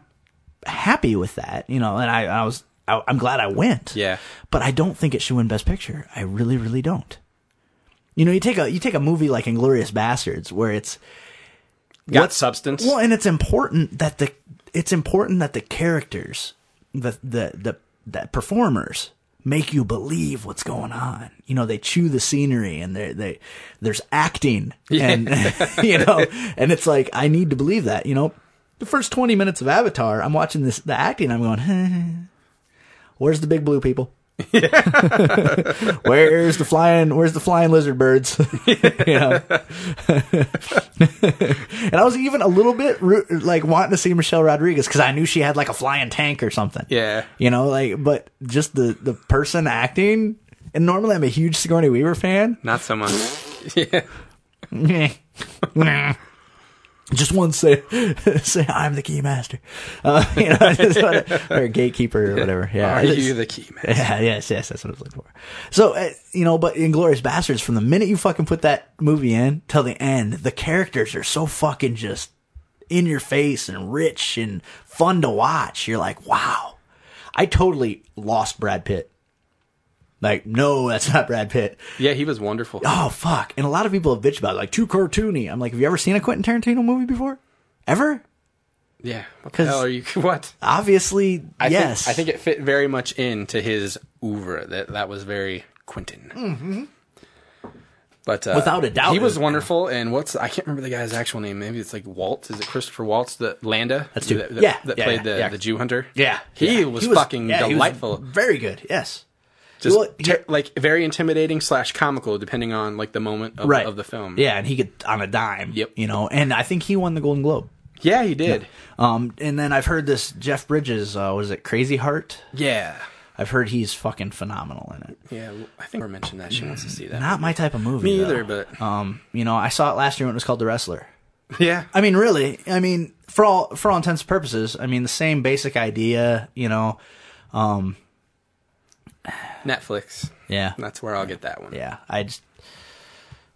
S4: happy with that, you know, and I, I was, I, I'm glad I went.
S5: Yeah.
S4: but I don't think it should win Best Picture. I really, really don't. You know, you take a you take a movie like Inglorious Bastards, where it's
S5: Got substance.
S4: well, and it's important that the it's important that the characters, the the the, the performers make you believe what's going on. You know, they chew the scenery and they they there's acting and you know, and it's like I need to believe that, you know. The first 20 minutes of Avatar, I'm watching this the acting, I'm going, "Where's the big blue people?" where's the flying where's the flying lizard birds you know and i was even a little bit root, like wanting to see michelle rodriguez because i knew she had like a flying tank or something
S5: Yeah.
S4: you know like but just the the person acting and normally i'm a huge sigourney weaver fan
S5: Not so much.
S4: just one say say i'm the key master uh, you know I just wanna- or gatekeeper or whatever yeah
S5: Are
S4: I just-
S5: you the key man?
S4: Yeah, yes, yes, that's what I was looking for. So, uh, you know, but Inglorious Bastards, from the minute you fucking put that movie in till the end, the characters are so fucking just in your face and rich and fun to watch. You're like, wow, I totally lost Brad Pitt. Like, no, that's not Brad Pitt.
S5: Yeah, he was wonderful.
S4: Oh, fuck. And a lot of people have bitched about it, like, too cartoony. I'm like, have you ever seen a Quentin Tarantino movie before? Ever?
S5: Yeah. What the
S4: 'Cause-
S5: hell are you? What?
S4: Obviously,
S5: I
S4: yes.
S5: Think, I think it fit very much into his oeuvre. That that was very Quentin. Mm-hmm. But uh,
S4: Without a doubt,
S5: he
S4: it
S5: was
S4: was-
S5: wonderful. And what's I can't remember the guy's actual name. Maybe it's like Waltz. Is it Christopher Waltz? The Landa.
S4: That's two.
S5: That, that-
S4: Yeah.
S5: That
S4: Yeah,
S5: played
S4: yeah,
S5: the
S4: yeah.
S5: the Jew hunter.
S4: yeah.
S5: He,
S4: yeah.
S5: Was fucking
S4: yeah, he was
S5: delightful.
S4: very good, yes.
S5: Just
S4: Well, he-
S5: ter- like very intimidating slash comical, depending on like the moment of,
S4: right.
S5: of the film.
S4: Yeah, and he get on a dime.
S5: Yep.
S4: You know, and I think he won the Golden Globe.
S5: Yeah, he did.
S4: Um, and then I've heard this Jeff Bridges, uh, was it Crazy Heart?
S5: Yeah.
S4: I've heard he's fucking phenomenal in it.
S5: Yeah, well, I think we mentioned that she wants to see that.
S4: Not my type of movie.
S5: me
S4: though.
S5: either, but
S4: um, you know, I saw it last year when it was called The Wrestler.
S5: yeah,
S4: I mean, really, I mean, for all for all intents and purposes, I mean, the same basic idea. You know,
S5: Netflix.
S4: yeah,
S5: That's where I'll get that one.
S4: yeah. I just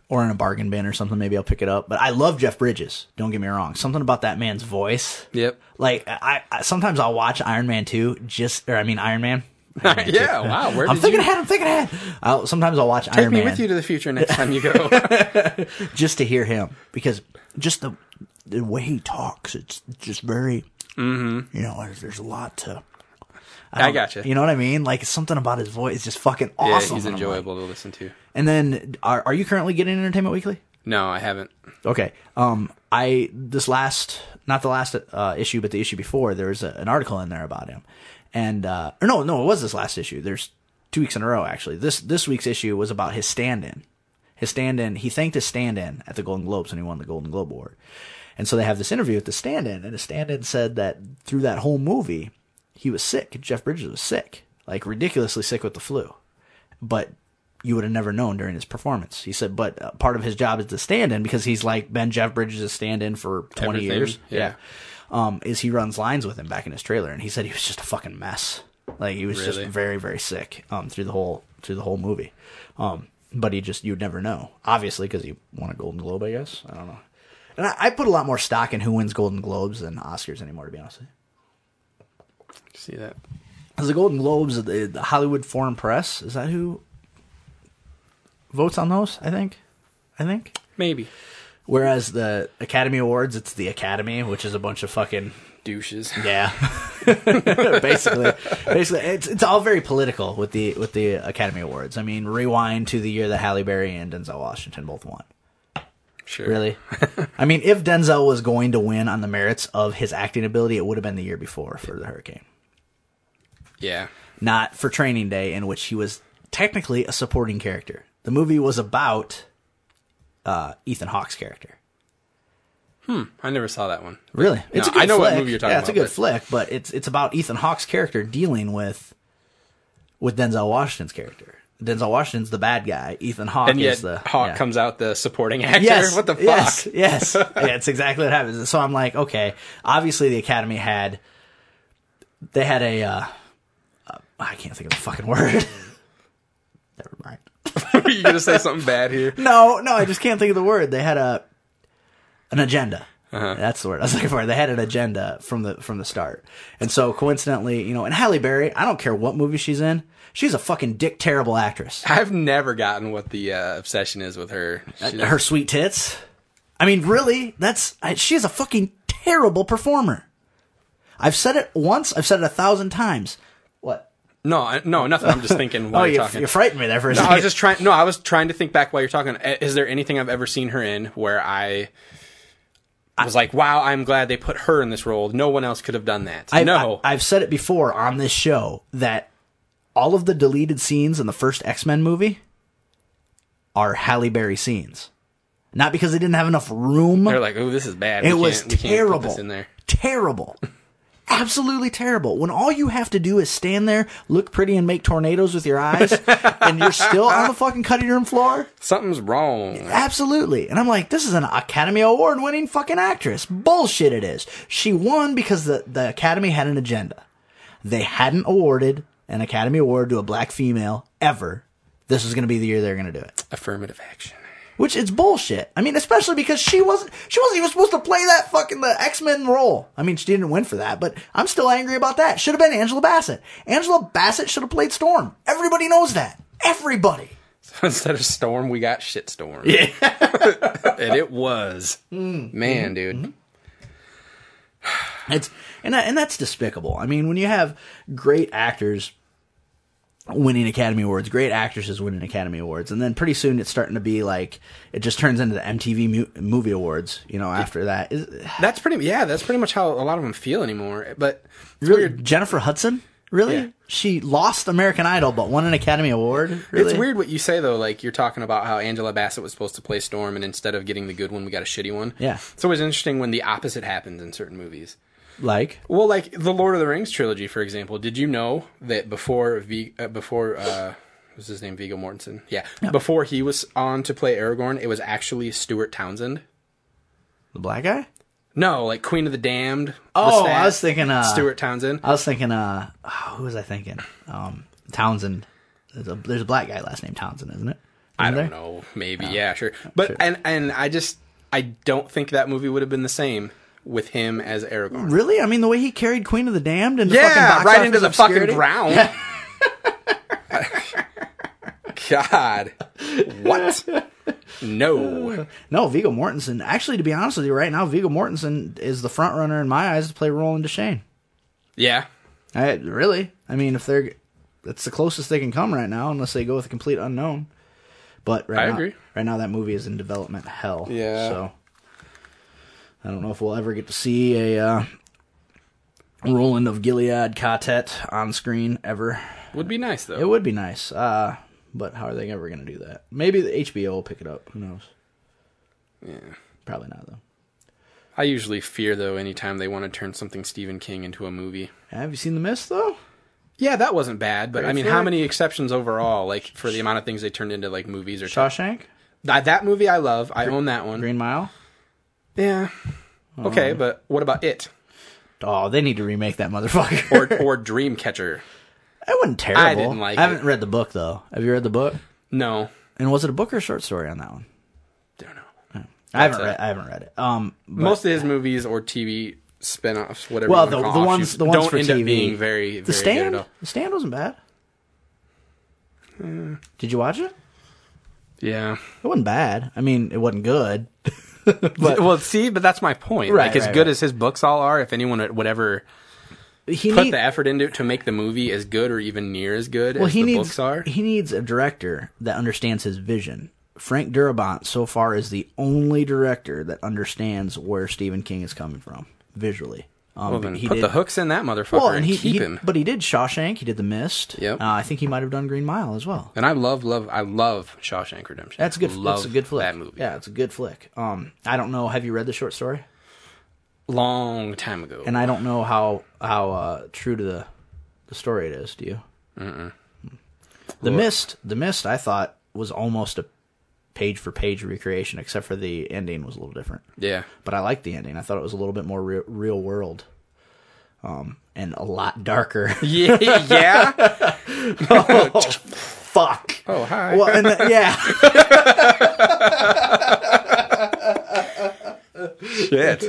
S4: or in a bargain bin or something. Maybe I'll pick it up. But I love Jeff Bridges. Don't get me wrong. Something about that man's voice.
S5: Yep.
S4: Like I, I sometimes I'll watch Iron Man two just or I mean Iron Man. Iron Man 2.
S5: yeah. Wow. Where
S4: I'm
S5: did
S4: thinking
S5: you
S4: ahead. I'm thinking ahead. I'll, sometimes I'll watch
S5: take
S4: Iron
S5: me
S4: Man
S5: with you to the future next time you go?
S4: just to hear him because just the the way he talks, it's just very you know. There's, there's a lot to.
S5: Mm-hmm. I
S4: don't-
S5: gotcha.
S4: You know what I mean? Like something about his voice is just fucking
S5: yeah,
S4: awesome.
S5: he's
S4: And I'm like-
S5: enjoyable to listen to.
S4: and then, are are you currently getting Entertainment Weekly?
S5: No, I haven't.
S4: Okay. Um, I this last not the last uh, issue, but the issue before there was a, an article in there about him, and uh, or no, no, it was this last issue. There's two weeks in a row actually. This this week's issue was about his stand-in. His stand-in. He thanked his stand-in at the Golden Globes when he won the Golden Globe Award, and so they have this interview with the stand-in, and the stand-in said that through that whole movie, he was sick. Jeff Bridges was sick, like ridiculously sick with the flu, but you would have never known during his performance. He said, but uh, part of his job is the stand-in because he's like Ben Jeff Bridges is stand-in for 20
S5: Everything,
S4: years.
S5: yeah.
S4: Um, is he runs lines with him back in his trailer and he said he was just a fucking mess. Like he was
S5: Really?
S4: just very very sick um through the whole through the whole movie. Um but he just you'd never know. Obviously cuz he won a Golden Globe, I guess. I don't know. And I, I put a lot more stock in who wins Golden Globes than Oscars anymore to be honest with you.
S5: See that?
S4: Because the Golden Globes, the, the Hollywood Foreign Press, is that who votes on those? I think. I think.
S5: Maybe
S4: Whereas the Academy Awards, it's the Academy, which is a bunch of fucking
S5: douches.
S4: yeah. basically, basically, it's it's all very political with the with the Academy Awards. I mean, rewind to the year that Halle Berry and Denzel Washington both won.
S5: Sure.
S4: Really, I mean, if Denzel was going to win on the merits of his acting ability, it would have been the year before for the Hurricane
S5: Yeah.
S4: not for Training Day, in which he was technically a supporting character. The movie was about uh, Ethan Hawke's character.
S5: I never saw that one.
S4: Really,
S5: No, I know what movie you're talking
S4: yeah, it's a
S5: about,
S4: good
S5: but-
S4: flick, but it's it's about Ethan Hawke's character dealing with with Denzel Washington's character. Denzel Washington's the bad guy. Ethan Hawke
S5: And yet,
S4: is the
S5: Hawk
S4: yeah.
S5: comes out the supporting actor.
S4: Yes.
S5: What the fuck?
S4: Yes. Yes. yeah, it's exactly what happens. So I'm like, okay. Obviously, the Academy had they had a uh, uh, I can't think of the fucking word. Never mind.
S5: You're gonna say something bad here?
S4: No, no, I just can't think of the word. They had a an agenda.
S5: Uh-huh.
S4: That's the word I was looking for. They had an agenda from the from the start, and so coincidentally, you know, and Halle Berry, I don't care what movie she's in, she's a fucking dick terrible actress.
S5: I've never gotten what the uh, obsession is with her. She-
S4: Her sweet tits. I mean, really, that's I, she's a fucking terrible performer. I've said it once. I've said it a thousand times. What?
S5: No, I- no, nothing. I'm just thinking. While
S4: oh,
S5: you're
S4: you,
S5: talking.
S4: you frightened me there for a
S5: No,
S4: second.
S5: I was just trying. No, I was trying to think back while you're talking. I- Is there anything I've ever seen her in where I was like, "Wow, I'm glad they put her in this role. No one else could have done that."
S4: I
S5: no,
S4: I, have said it before on this show that all of the deleted scenes in the first X Men movie are Halle Berry scenes. Not because they didn't have enough room.
S5: they're like, "Oh, this is bad.
S4: it
S5: we
S4: was
S5: can't, we can't put
S4: terrible.
S5: this in there."
S4: Terrible. Absolutely terrible. When all you have to do is stand there, look pretty, and make tornadoes with your eyes, and you're still on the fucking cutting room floor.
S5: Something's wrong.
S4: Absolutely. And I'm like, this is an Academy Award winning fucking actress. Bullshit it is. She won because the, the Academy had an agenda. They hadn't awarded an Academy Award to a black female ever. This was going to be the year they were going to do it.
S5: Affirmative action.
S4: Which it's bullshit. I mean, especially because she wasn't, she wasn't even supposed to play that fucking, the X-Men role. I mean, she didn't win for that, but I'm still angry about that. Should have been Angela Bassett. Angela Bassett should have played Storm. Everybody knows that. Everybody.
S5: Instead of storm, we got shitstorm. Yeah, and it was.
S4: Mm-hmm.
S5: Man, dude.
S4: It's and that, and that's despicable. I mean, when you have great actors winning Academy Awards, great actresses winning Academy Awards, and then pretty soon it's starting to be like it just turns into the MTV mu- Movie Awards. You know, after that, Is,
S5: That's pretty. Yeah, that's pretty much how a lot of them feel anymore. But it's
S4: really
S5: weird.
S4: Jennifer Hudson, really,
S5: Yeah.
S4: she lost American Idol but won an Academy Award. Really?
S5: It's weird what you say though. Like you're talking about how Angela Bassett was supposed to play Storm, and instead of getting the good one, we got a shitty one.
S4: Yeah.
S5: it's always interesting when the opposite happens in certain movies.
S4: Like,
S5: Well, like the Lord of the Rings trilogy, for example. Did you know that before v- uh, before uh, what was his name Viggo Mortensen? Yeah. before he was on to play Aragorn, it was actually Stuart Townsend.
S4: the black guy.
S5: No, like Queen of the Damned.
S4: Oh,
S5: the
S4: I
S5: Stag,
S4: was thinking, uh,
S5: Stuart Townsend.
S4: I was thinking, uh, oh, who was I thinking? Um, Townsend. There's a, there's a black guy last name Townsend, isn't it?
S5: I
S4: Isn't
S5: don't
S4: there?
S5: know. Maybe yeah, sure. But and and I just I don't think that movie would have been the same with him as Aragorn.
S4: Really? I mean, the way he carried Queen of the Damned and
S5: Yeah,
S4: fucking box
S5: right into the
S4: office obscurity?
S5: fucking ground. God, what? No,
S4: No, Viggo Mortensen. Actually, to be honest with you, right now Viggo Mortensen is the front runner in my eyes to play Roland Deschain.
S5: yeah,
S4: I really. I mean, if they're, that's the closest they can come right now, unless they go with a complete unknown. But right
S5: I
S4: now,
S5: agree.
S4: right now that movie is in development hell.
S5: Yeah.
S4: So I don't know if we'll ever get to see a uh, Roland of Gilead quartet on screen ever.
S5: would be nice
S4: It
S5: though.
S4: would be nice. Uh, but how are they ever going to do that? Maybe the HBO will pick it up. Who knows?
S5: Yeah.
S4: Probably not, though.
S5: I usually fear though anytime they want to turn something Stephen King into a movie.
S4: Have you seen The Mist, though?
S5: Yeah, that wasn't bad, but I mean, how
S4: Flick.
S5: many exceptions overall? Like for the amount of things they turned into like movies or
S4: Shawshank?
S5: Th- that movie I love. I own that one.
S4: Green Mile?
S5: Yeah. Okay, but what about it
S4: Oh, they need to remake that motherfucker.
S5: or or Dreamcatcher?
S4: that wasn't terrible.
S5: I didn't like
S4: I haven't
S5: it.
S4: read the book, though. Have you read the book?
S5: No,
S4: And was it a book or a short story on that one?
S5: don't know.
S4: I haven't,
S5: a-
S4: read, I haven't read it. Um, but-
S5: most of his movies or TV spin-offs, whatever.
S4: well,
S5: you
S4: the,
S5: wanna
S4: the
S5: call
S4: ones
S5: offshoots,
S4: the ones
S5: don't
S4: for
S5: end
S4: TV
S5: up being very, very
S4: the
S5: good
S4: stand.
S5: at all.
S4: the stand wasn't bad. Did you watch it?
S5: Yeah.
S4: It wasn't bad. I mean, it wasn't good.
S5: well, see, but that's my point.
S4: Right,
S5: like, as
S4: right,
S5: good
S4: right.
S5: as his books all are, if anyone would ever
S4: He
S5: put
S4: need-
S5: the effort into it to make the movie as good or even near as good
S4: well,
S5: as
S4: he
S5: the
S4: needs
S5: books are,
S4: he needs a director that understands his vision. Frank Darabont so far is the only director that understands where Stephen King is coming from visually. Um,
S5: well, then
S4: he
S5: put
S4: did,
S5: the hooks in that motherfucker
S4: Well,
S5: and,
S4: and he,
S5: keep
S4: he-
S5: him.
S4: but he did Shawshank. He did The Mist.
S5: Yep.
S4: Uh, I think he might have done Green Mile as well.
S5: and I love, love, I love Shawshank Redemption.
S4: That's a good.
S5: Love
S4: that's a good flick.
S5: That movie.
S4: Yeah, it's a good flick. Um, I don't know. Have you read the short story?
S5: Long time ago.
S4: And I don't know how how uh, true to the the story it is. Do you? Mm-mm. The Mist. The Mist. I thought was almost a page for page recreation, except for the ending was a little different.
S5: yeah.
S4: But I liked the ending. I thought it was a little bit more real, real world. Um, and a lot darker.
S5: Yeah. yeah.
S4: Fuck.
S5: Oh, hi.
S4: Well, and the, yeah.
S5: Shit.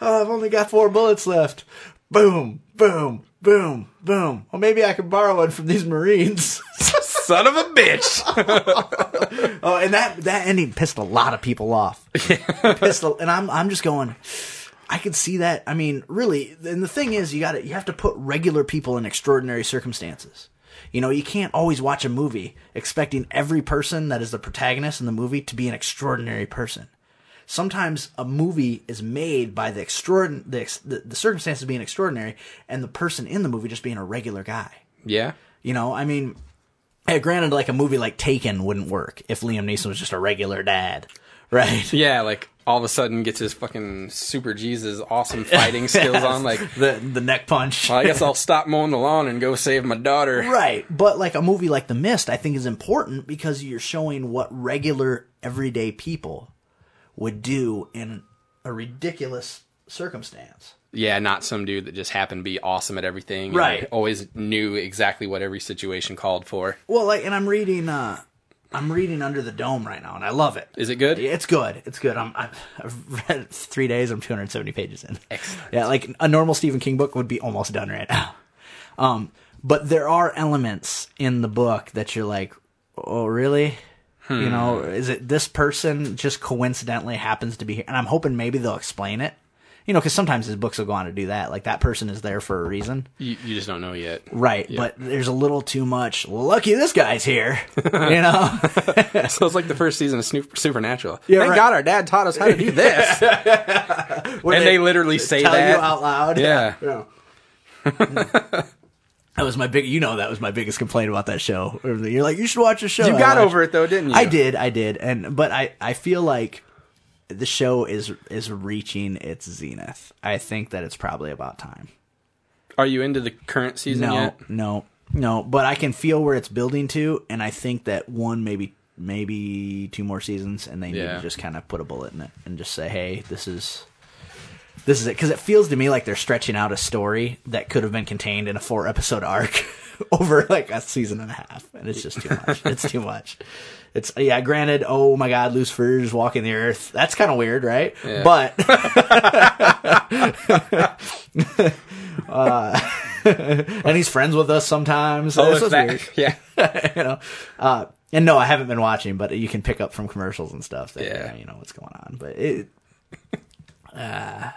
S4: Oh, I've only got four bullets left. Boom, boom, boom, boom. Well, maybe I could borrow one from these Marines.
S5: Son of a bitch.
S4: oh, and that that ending pissed a lot of people off. It pissed, a, and I'm I'm just going. I could see that. I mean, really, and the thing is, you got to you have to put regular people in extraordinary circumstances. You know, you can't always watch a movie expecting every person that is the protagonist in the movie to be an extraordinary person. Sometimes a movie is made by the extraordin the, ex- the, the circumstances being extraordinary and the person in the movie just being a regular guy.
S5: Yeah.
S4: You know, I mean, eh, granted, like a movie like Taken wouldn't work if Liam Neeson was just a regular dad, right?
S5: Yeah, like all of a sudden gets his fucking super Jesus awesome fighting skills on. Like,
S4: the the neck punch.
S5: well, I guess I'll stop mowing the lawn and go save my daughter.
S4: Right, but like a movie like The Mist, I think is important because you're showing what regular everyday people would do in a ridiculous circumstance.
S5: Yeah, not some dude that just happened to be awesome at everything. and
S4: Right.
S5: Always knew exactly what every situation called for.
S4: Well, like, and I'm reading, uh, I'm reading Under the Dome right now, and I love it.
S5: Is it good?
S4: It's good. It's good. I'm, I'm, I've read it three days. I'm 270 pages in. Excellent. Yeah, like a normal Stephen King book would be almost done right now. Um, but there are elements in the book that you're like, oh, really? You know,
S5: Hmm.
S4: is it this person just coincidentally happens to be here? And I'm hoping maybe they'll explain it. You know, because sometimes his books will go on to do that. Like that person is there for a reason.
S5: You, you just don't know yet.
S4: Right, but there's a little too much. Lucky this guy's here, you know.
S5: So it's like the first season of Snoop- Supernatural.
S4: Yeah,
S5: Thank
S4: right.
S5: God our dad taught us how to do this. and
S4: Where
S5: they literally say
S4: tell
S5: that.
S4: you out loud.
S5: Yeah.
S4: that was my big. You know, that was my biggest complaint about that show. You're like, you should watch the show.
S5: You
S4: I
S5: got
S4: watched-
S5: over it though, didn't you?
S4: I did, I did, and but I, I feel like the show is is reaching its zenith. I think that it's probably about time.
S5: Are you into the current season
S4: No,
S5: yet?
S4: no, no. But I can feel where it's building to, and I think that one, maybe, maybe two more seasons, and they need
S5: Yeah.
S4: to just kind of put a bullet in it and just say, "Hey, this is." This is it because it feels to me like they're stretching out a story that could have been contained in a four episode arc over like a season and a half, and it's just too much. it's too much. It's yeah. Granted, oh my God, Lucifer's walking the earth. That's kind of weird, right?
S5: Yeah.
S4: But Uh, and he's friends with us sometimes.
S5: Oh,
S4: This
S5: if
S4: is
S5: that-
S4: weird.
S5: yeah.
S4: you know. Uh, and no, I haven't been watching, but you can pick up from commercials and stuff that
S5: Yeah.
S4: yeah. you know what's going on. But it, uh,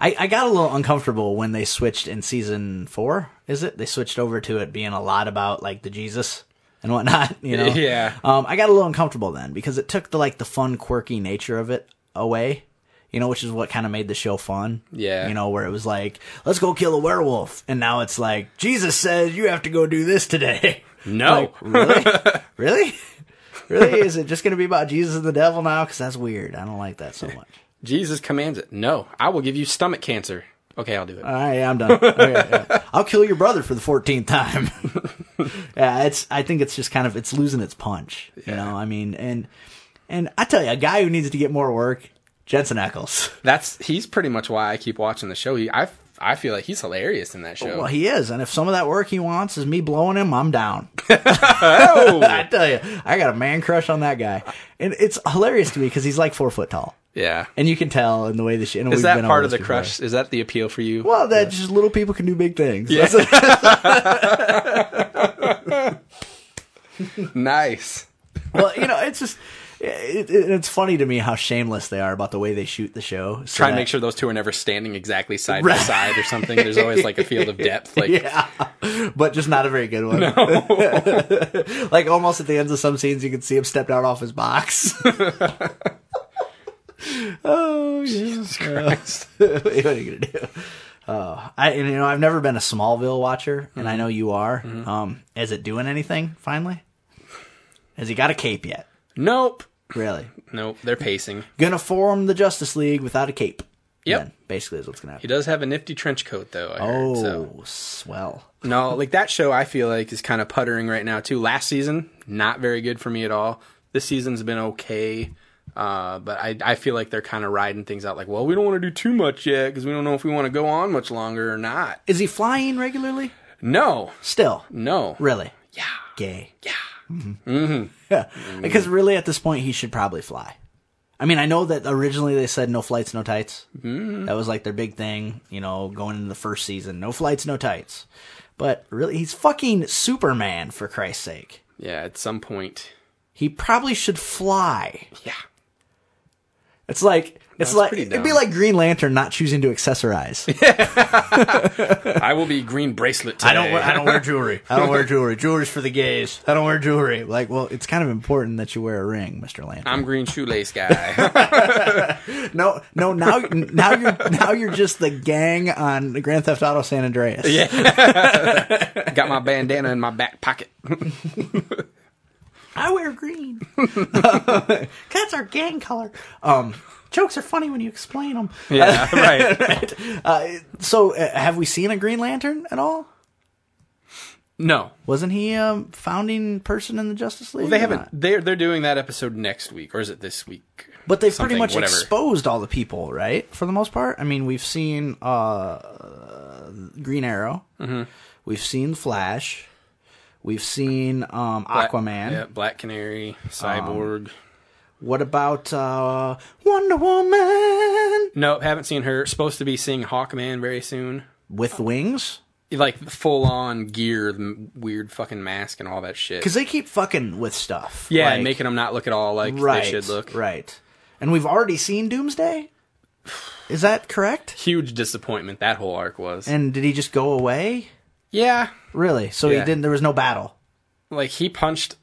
S4: I, I got a little uncomfortable when they switched in season four. Is it they switched over to it being a lot about like the Jesus and whatnot? You know,
S5: Yeah.
S4: Um, I got a little uncomfortable then because it took the like the fun, quirky nature of it away. You know, which is what kind of made the show fun.
S5: Yeah.
S4: You know, where it was like, let's go kill a werewolf, and now it's like Jesus says you have to go do this today.
S5: No.
S4: Like, really? really? Really? Is it just going to be about Jesus and the devil now? Because that's weird. I don't like that so much.
S5: Jesus commands it. No, I will give you stomach cancer. Okay, I'll do it.
S4: All right, yeah, I'm done. Okay, yeah. I'll kill your brother for the 14th time. yeah, it's. I think it's just kind of it's losing its punch. You know, I mean, and and I tell you, a guy who needs to get more work, Jensen Ackles.
S5: That's he's pretty much why I keep watching the show. He, I I feel like he's hilarious in that show.
S4: Well, he is, and if some of that work he wants is me blowing him, I'm down. I tell you, I got a man crush on that guy, and it's hilarious to me because he's like four foot tall.
S5: yeah.
S4: and you can tell in the way that she. And
S5: Is
S4: we've
S5: that
S4: been
S5: part
S4: over
S5: of the
S4: this before.
S5: crush? Is that the appeal for you?
S4: Well, that just little people can do big things.
S5: Yeah.
S4: That's it.
S5: Nice.
S4: well, you know, it's just. It, it, it's funny to me how shameless they are about the way they shoot the show. So
S5: Try and
S4: that-
S5: make sure those two are never standing exactly side
S4: Right.
S5: by side or something. There's always like a field of depth. Like
S4: Yeah, but just not a very good one. like almost at the ends of some scenes, you can see him stepped out off his box. oh, Jesus Christ! what are you gonna do? Oh, I and, you know I've never been a Smallville watcher, and
S5: Mm-hmm.
S4: I know you are. Um, is it doing anything finally? Has he got a cape yet?
S5: nope,
S4: Really?
S5: nope. They're pacing.
S4: Gonna form the Justice League without a cape?
S5: Yep.
S4: Then, basically is what's gonna
S5: He
S4: happen.
S5: does have a nifty trench coat though. I heard, so.
S4: Oh, swell.
S5: No, like that show I feel like is kind of puttering right now too. Last season, not very good for me at all. This season's been okay. Uh, but I, I feel like they're kind of riding things out like, well, we don't want to do too much yet because we don't know if we want to go on much longer or not.
S4: Is he flying regularly?
S5: No,
S4: Still.
S5: no.
S4: Really? Yeah. Gay. Yeah. Mm-hmm. Yeah. Because really, at this point, he should probably fly. I mean, I know that originally they said no flights, no tights. Mm-hmm. That was like their big thing, you know, going into the first season. No flights, no tights. But really, he's fucking Superman, for Christ's sake.
S5: Yeah, at some point.
S4: He probably should fly.
S5: Yeah.
S4: It's like it's
S5: it's
S4: like
S5: pretty
S4: it'd be
S5: dumb.
S4: like Green Lantern not choosing to accessorize.
S5: I will be green bracelet today.
S4: I don't. Wear, I don't wear jewelry. I don't wear jewelry. Jewelry's for the gays. I don't wear jewelry. Uh, Like, well, it's kind of important that you wear a ring, Mister Lantern.
S5: I'm green shoelace guy.
S4: no, no. Now, now you're now you're just the gang on Grand Theft Auto San Andreas. Yeah.
S5: Got my bandana in my back pocket.
S4: I wear green. That's our gang color. Um, jokes are funny when you explain them.
S5: Yeah, right.
S4: So, uh, have we seen a Green Lantern at all?
S5: No,
S4: Wasn't he a founding person in the Justice League?
S5: they
S4: or not?
S5: haven't. They're they're doing that episode next week, or is it this week?
S4: But they've
S5: Something,
S4: pretty much
S5: whatever.
S4: exposed all the people, right? For the most part. I mean, we've seen uh, Green Arrow.
S5: Mm-hmm.
S4: We've seen Flash. We've seen um, Aquaman. Um,
S5: Yeah, Black Canary, Cyborg.
S4: What about uh, Wonder Woman
S5: no, haven't seen her. Supposed to be seeing Hawkman very soon.
S4: with wings?
S5: Like full on gear, the m- weird fucking mask and all that shit.
S4: Because they keep fucking with stuff.
S5: yeah,
S4: Like,
S5: and making them not look at all like
S4: right,
S5: they should look.
S4: Right. And we've already seen Doomsday. Is that correct?
S5: Huge disappointment that whole arc was.
S4: And did he just go away?
S5: yeah,
S4: Really? So he
S5: Yeah.
S4: didn't. There was no battle.
S5: like he punched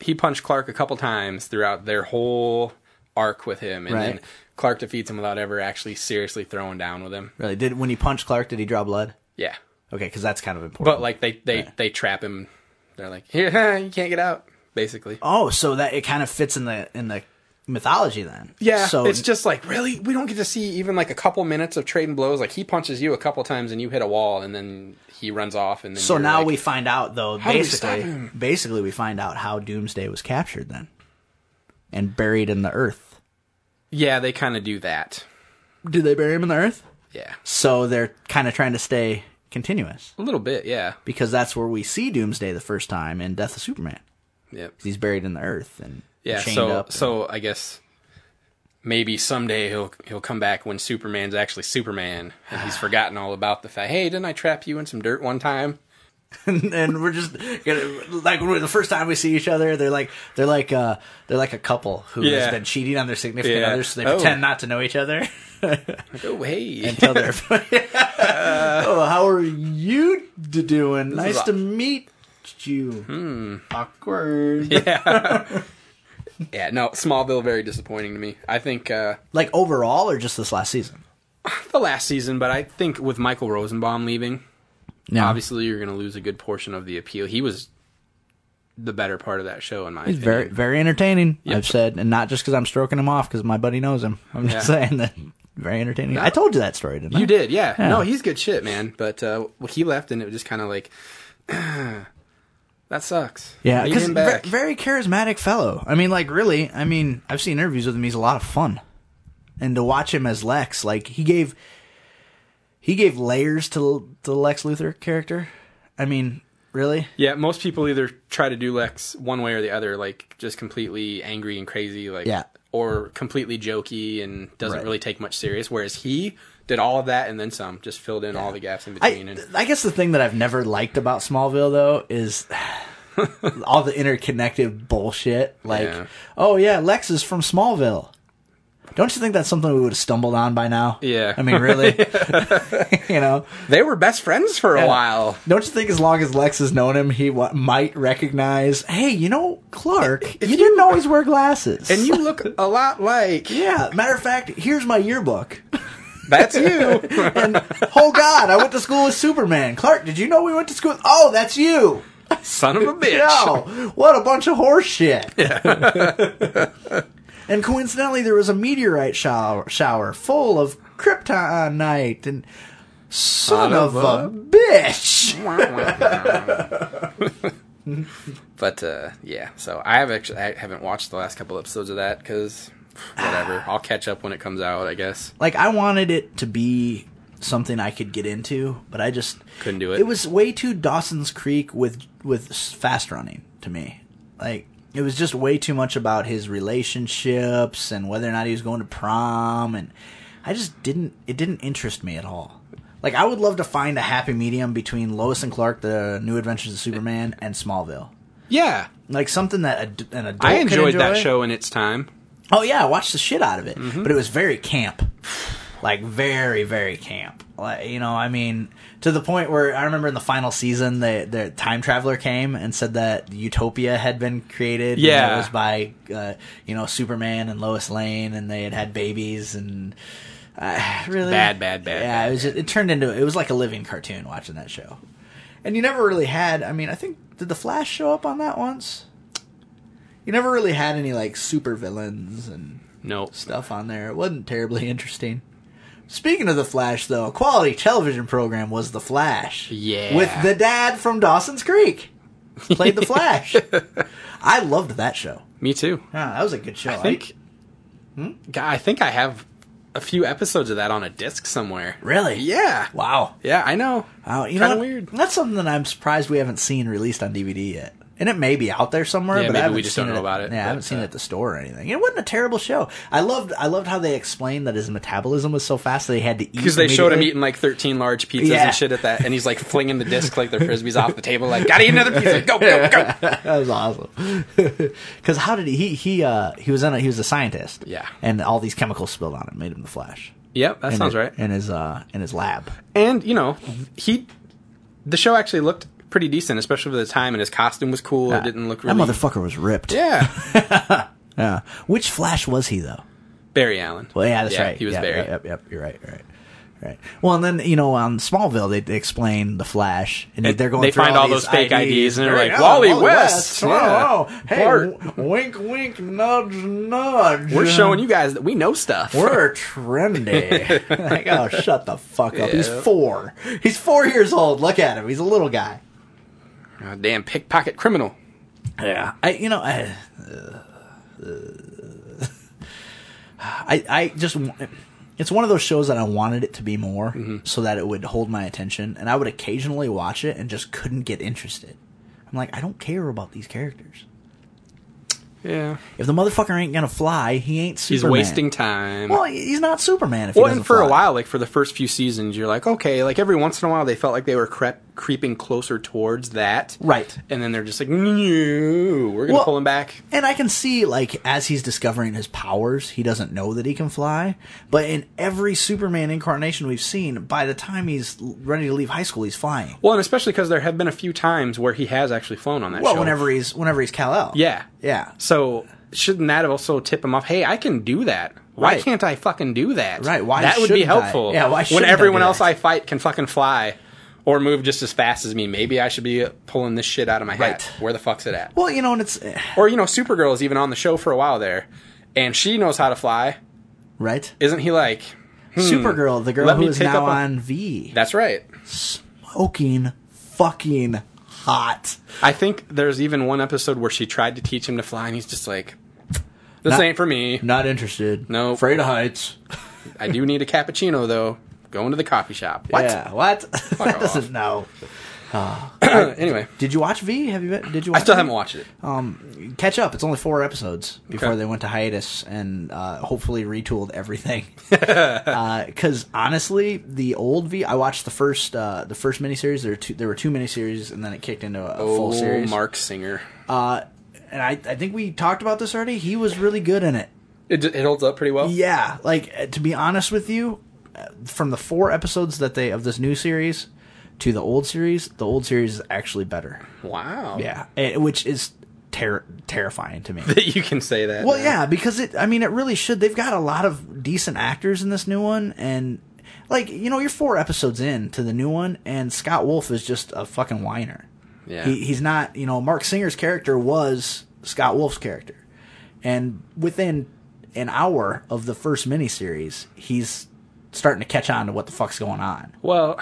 S5: he punched Clark a couple times throughout their whole arc with him and
S4: Right.
S5: then Clark defeats him without ever actually seriously throwing down with him.
S4: Really? Did when he punched Clark? Did he draw blood?
S5: Yeah.
S4: Okay, because that's kind of important.
S5: But like they they they trap him. They're like, "Here, you can't get out." Basically.
S4: oh, so that it kind of fits in the in the mythology then.
S5: Yeah,
S4: So
S5: it's just like really, we don't get to see even like a couple minutes of trading blows. Like he punches you a couple times and you hit a wall, and then he runs off. And then
S4: so
S5: you're
S4: now
S5: like-
S4: we find out though.
S5: How do we stop
S4: basically,
S5: him?
S4: basically we find out how Doomsday was captured then, and buried in the earth.
S5: yeah, they kind of do that.
S4: Did they bury him in the earth?
S5: Yeah,
S4: So they're kind of trying to stay continuous
S5: a little bit. Yeah,
S4: because that's where we see Doomsday the first time in Death of Superman.
S5: yep.
S4: He's buried in the earth and
S5: Yeah,
S4: chained
S5: so
S4: up.
S5: so I guess maybe someday he'll he'll come back when Superman's actually Superman and he's forgotten all about the fact. Hey, didn't I trap you in some dirt one time?
S4: and we're just gonna, like when we're- the first time we see each other, they're like they're like uh they're like a couple who has
S5: Yeah.
S4: been cheating on their significant
S5: Yeah.
S4: other, so they
S5: Oh.
S4: pretend not to know each other
S5: Like, oh hey,
S4: until they're. oh, how are you d- doing?
S5: is Hmm.
S4: Nice
S5: aw-
S4: to meet you. Awkward.
S5: yeah, no, Smallville very disappointing to me. I think uh,
S4: Like overall, or just this last season?
S5: the last season, but I think with Michael Rosenbaum leaving,
S4: No,
S5: obviously you're going to lose a good portion of the appeal. He was the better part of that show in my
S4: He's
S5: opinion.
S4: very, very entertaining.
S5: Yep.
S4: I've said, and not just because I'm stroking him off, because my buddy knows him. I'm just
S5: Yeah.
S4: saying that very entertaining. I told you that story, didn't I?
S5: You did, yeah. No, he's good shit, man. But uh, well, he left, and it was just kind of like, that sucks.
S4: Yeah,
S5: Need
S4: because
S5: him back.
S4: very charismatic fellow. I mean, like really. I mean, I've seen interviews with him. He's a lot of fun, and to watch him as Lex, like he gave he gave layers to to the Lex Luthor character. I mean, really.
S5: yeah, most people either try to do Lex one way or the other, like just completely angry and crazy, like,
S4: Yeah.
S5: or completely jokey and doesn't
S4: Right.
S5: really take much serious. Whereas he did all of that and then some, just filled in all the gaps in
S4: I
S5: between. and
S4: I guess the thing that I've never liked about Smallville though is all the interconnected bullshit. Like,
S5: Yeah.
S4: oh yeah, Lex is from Smallville. Don't you think that's something we would have stumbled on by now?
S5: Yeah.
S4: I mean, really? you know?
S5: they were best friends for a while.
S4: Don't you think as long as Lex has known him, he wa might recognize, hey, you know, Clark, you,
S5: you-
S4: didn't always wear glasses.
S5: And you look a lot like
S4: yeah, matter of fact, here's my yearbook.
S5: that's you.
S4: And oh God, I went to school with Superman. Clark, did you know we went to school? With- oh, that's you.
S5: Son of a bitch.
S4: Yo, what a bunch of horse shit. and coincidentally, there was a meteorite shower, shower full of kryptonite and son of, a bitch.
S5: but uh, yeah, so I have actually I haven't watched the last couple episodes of that because whatever, I'll catch up when it comes out. I guess
S4: like I wanted it to be something I could get into, but I just
S5: Couldn't do it.
S4: It was way too Dawson's Creek with with s- fast running to me. Like it was just way too much about his relationships and whether or not he was going to prom and I just didn't it didn't interest me at all. Like I would love to find a happy medium between Lois and Clark, the New Adventures of Superman, and Smallville.
S5: yeah,
S4: Like something that ad- an adult
S5: I
S4: could
S5: enjoyed that
S4: enjoy.
S5: show in its time.
S4: Oh yeah, I watched the shit out of it,
S5: Mm-hmm.
S4: but it was very camp, like very very camp. Like you know, I mean, to the point where I remember in the final season, the the time traveler came and said that Utopia had been created. and
S5: Yeah.
S4: it was by uh, you know Superman and Lois Lane, and they had had babies and. Uh, really
S5: Bad, bad, bad,
S4: Yeah, it was. Just, it turned into. It was like a living cartoon watching that show, and you never really had. I mean, I think did the Flash show up on that once? You never really had any like super villains and
S5: No.
S4: stuff on there. It wasn't terribly interesting. Speaking of The Flash, though, a quality television program was The Flash.
S5: Yeah.
S4: With the dad from Dawson's Creek. Played The Flash. I loved that show.
S5: Me too.
S4: Ah, that was a good show.
S5: I think.
S4: Hmm?
S5: God, I think I have a few episodes of that on a disc somewhere.
S4: really?
S5: Yeah.
S4: Wow.
S5: Yeah, I know.
S4: Wow. You know,
S5: Kinda
S4: what?
S5: weird.
S4: That's something that I'm surprised we haven't seen released on DVD yet. And it may be out there somewhere,
S5: Yeah,
S4: but I
S5: maybe we
S4: haven't
S5: just
S4: seen
S5: don't know
S4: it-
S5: about it,
S4: Yeah, I
S5: but,
S4: haven't seen it
S5: uh,
S4: at the store or anything. It wasn't a terrible show. I loved, I loved how they explained that his metabolism was so fast that he had to eat
S5: Because they showed him
S4: immediately.
S5: eating like 13 large pizzas
S4: Yeah.
S5: and shit at that, and he's like flinging the disc like they're frisbees off the table, like, gotta eat another pizza, go, go, go.
S4: that was awesome. Because how did he? He he, uh, he was in a, he was a scientist.
S5: Yeah.
S4: and all these chemicals spilled on him made him the Flash.
S5: Yep, that
S4: In
S5: sounds
S4: his-
S5: right.
S4: In his uh in his lab.
S5: And, you know, he, the show actually looked pretty decent, especially for the time, and his costume was cool. It didn't look really.
S4: That motherfucker was ripped.
S5: Yeah.
S4: Yeah. Which Flash was he though?
S5: Barry Allen.
S4: Well, yeah, that's right.
S5: He was
S4: Yep,
S5: Barry.
S4: Yep, yep, yep. You're right. You're right. Right. Well, and then you know on Smallville they, they explain the Flash, and,
S5: And
S4: they're going.
S5: they
S4: through
S5: find all
S4: these
S5: those fake IDs, and they're
S4: Barry
S5: like,
S4: Allen,
S5: "Wally West,
S4: Oh,
S5: yeah.
S4: oh, hey,
S5: Bart."
S4: w- wink, wink, nudge, nudge.
S5: We're showing you guys that we know stuff.
S4: We're trendy. like, oh, shut the fuck up. He's
S5: Yeah.
S4: four. He's four years old. Look at him. He's a little guy.
S5: a damn pickpocket criminal.
S4: Yeah. I, you know, I, uh, I, I just, wa- it's one of those shows that I wanted it to be more so that it would hold my attention. And I would occasionally watch it and just couldn't get interested. I'm like, I don't care about these characters.
S5: Yeah.
S4: If the motherfucker ain't gonna fly, he ain't
S5: He's
S4: Superman.
S5: wasting time.
S4: Well, he's not Superman. If he
S5: Well,
S4: doesn't
S5: and for
S4: fly.
S5: a while, like for the first few seasons, you're like, okay, like every once in a while, they felt like they were crep- creeping closer towards that,
S4: Right.
S5: And then they're just like, no, we're gonna
S4: Well-
S5: pull him back.
S4: And I can see, like, as he's discovering his powers, he doesn't know that he can fly. But in every Superman incarnation we've seen, by the time he's l- ready to leave high school, he's flying.
S5: Well, and especially because there have been a few times where he has actually flown on that
S4: Well,
S5: show.
S4: whenever he's whenever he's Kal El.
S5: yeah,
S4: Yeah.
S5: So shouldn't that also tip him off? Hey, I can do that. Why
S4: Right.
S5: can't I fucking do that?
S4: Right, why
S5: That would be
S4: shouldn't I?
S5: helpful.
S4: Yeah, why
S5: When
S4: shouldn't I
S5: everyone
S4: do
S5: else
S4: that?
S5: I fight can fucking fly. Or move just as fast as me. Maybe I should be uh, pulling this shit out of my
S4: Right.
S5: hat. Where the fuck's it at?
S4: Well, you know, and it's eh,
S5: Or you know, Supergirl is even on the show for a while there, and she knows how to fly.
S4: right.
S5: Isn't he like?
S4: Supergirl, the girl
S5: Hmm. Let
S4: who
S5: me
S4: is
S5: take
S4: now
S5: up a-
S4: on V,
S5: That's right.
S4: smoking fucking hot.
S5: I think there's even one episode where she tried to teach him to fly, and he's just like, "This
S4: Not-
S5: ain't for me.
S4: Not interested.
S5: No.
S4: Afraid of heights.
S5: I do need a cappuccino though. Going to the coffee shop. What?
S4: Yeah. What? that
S5: off.
S4: doesn't know.
S5: anyway,
S4: Did you watch V? Have you? been- Did you?
S5: I
S4: Watch
S5: still
S4: V?
S5: haven't watched it.
S4: catch up. It's only four episodes before
S5: Okay.
S4: they went to hiatus and uh, hopefully retooled everything. Because honestly, the old V, I watched the first uh, the first miniseries. There were two, there were two miniseries, and then it kicked into a a full
S5: Oh,
S4: series.
S5: Mark Singer.
S4: Uh, and I, I think we talked about this already. He was really good in it.
S5: It, it holds up pretty well.
S4: Yeah, like uh, to be honest with you, uh, from the four episodes that they of this new series to the old series, the old series is actually better.
S5: Hmm. Wow.
S4: Yeah, eh, which is ter- terrifying to me.
S5: you can say that.
S4: Well,
S5: now.
S4: yeah, because it. I mean, it really should. They've got a lot of decent actors in this new one, and like you know, you're four episodes in to the new one, and Scott Wolf is just a fucking whiner.
S5: Yeah.
S4: He, he's not. You know, Mark Singer's character was Scott Wolf's character, and within an hour of the first miniseries, he's starting to catch on to what the fuck's going on.
S5: Well,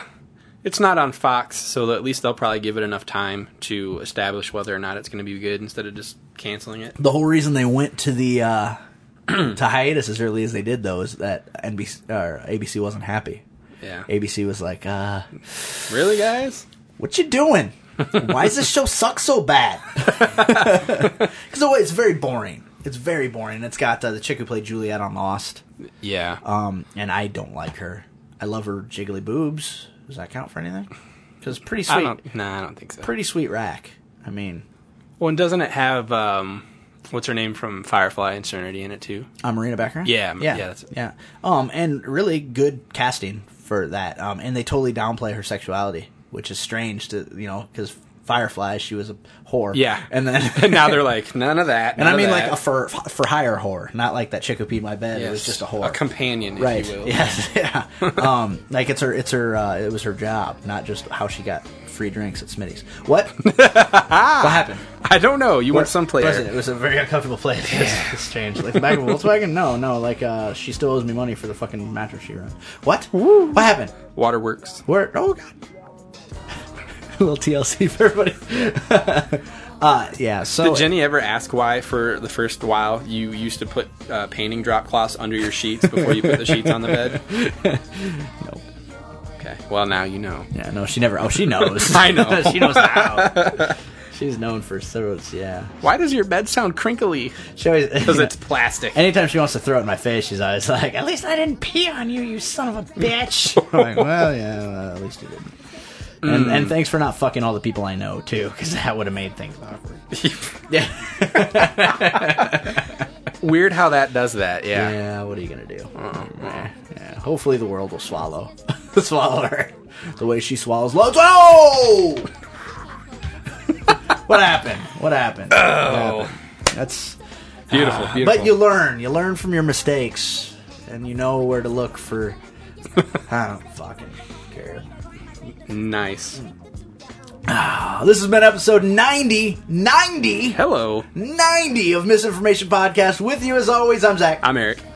S5: it's not on Fox, so at least they'll probably give it enough time to establish whether or not it's going to be good instead of just canceling it.
S4: The whole reason they went to the uh, to hiatus as early as they did, though, is that NBC or ABC wasn't happy.
S5: Yeah.
S4: ABC was like, uh,
S5: Really, guys?
S4: What you doing? Why does this show suck so bad? Because it's very boring. It's very boring. It's got uh, the chick who played Juliet on Lost,
S5: Yeah.
S4: um, and I don't like her. I love her jiggly boobs. Does that count for anything? Because pretty
S5: I
S4: sweet,
S5: don't. Nah, I don't think so.
S4: pretty sweet rack. I mean,
S5: Well, and doesn't it have um, what's her name from Firefly and Serenity in it too?
S4: Uh, Marina Becker.
S5: Yeah,
S4: yeah,
S5: yeah, that's it.
S4: yeah. Um, and really good casting for that. Um, and they totally downplay her sexuality, which is strange to you know because Firefly she was a whore.
S5: Yeah.
S4: and then
S5: And now they're like none of that.
S4: and I mean like
S5: that.
S4: a for for hire whore, not like that chick who peed my bed. It was
S5: Yes,
S4: just a whore,
S5: a companion, if
S4: right?
S5: you will.
S4: Yes, yeah. um, like it's her, it's her, uh, it was her job, not just how she got free drinks at Smitty's. What? what happened?
S5: I don't know. You went someplace.
S4: Was it? it was a very uncomfortable place. It's, it's strange. Like back of Volkswagen? No, no. Like uh, she still owes me money for the fucking mattress she ran. What? What happened?
S5: Waterworks.
S4: Where? Oh god. a little TLC for everybody. uh, yeah. So
S5: Did Jenny ever ask why, for the first while, you used to put uh, painting drop cloths under your sheets before you put the sheets on the bed?
S4: No.
S5: Okay. Well, now you know.
S4: Yeah. No, she never. Oh, she knows.
S5: I know.
S4: she knows how. She's known for throats. Yeah.
S5: Why does your bed sound crinkly?
S4: She always.
S5: Because it's plastic.
S4: Anytime she wants to throw it in my face, she's always like, "At least I didn't pee on you, you son of a bitch." I'm like, well, yeah, well, at least you didn't. And,
S5: Mm.
S4: and thanks for not fucking all the people I know too, because that would have made things awkward.
S5: Weird how that does that. Yeah.
S4: Yeah, what are you gonna do? Yeah, yeah. Hopefully, the world will swallow swallow her the way she swallows loads. Oh! what happened? What happened?
S5: Oh,
S4: That's
S5: beautiful, beautiful.
S4: Ah. but you learn. You learn from your mistakes, and you know where to look for. I don't fucking care.
S5: nice.
S4: Uh, This has been episode 90, 90,
S5: Hello,
S4: 90 of Misinformation Podcast. With you as always, I'm Zach.
S5: I'm Eric.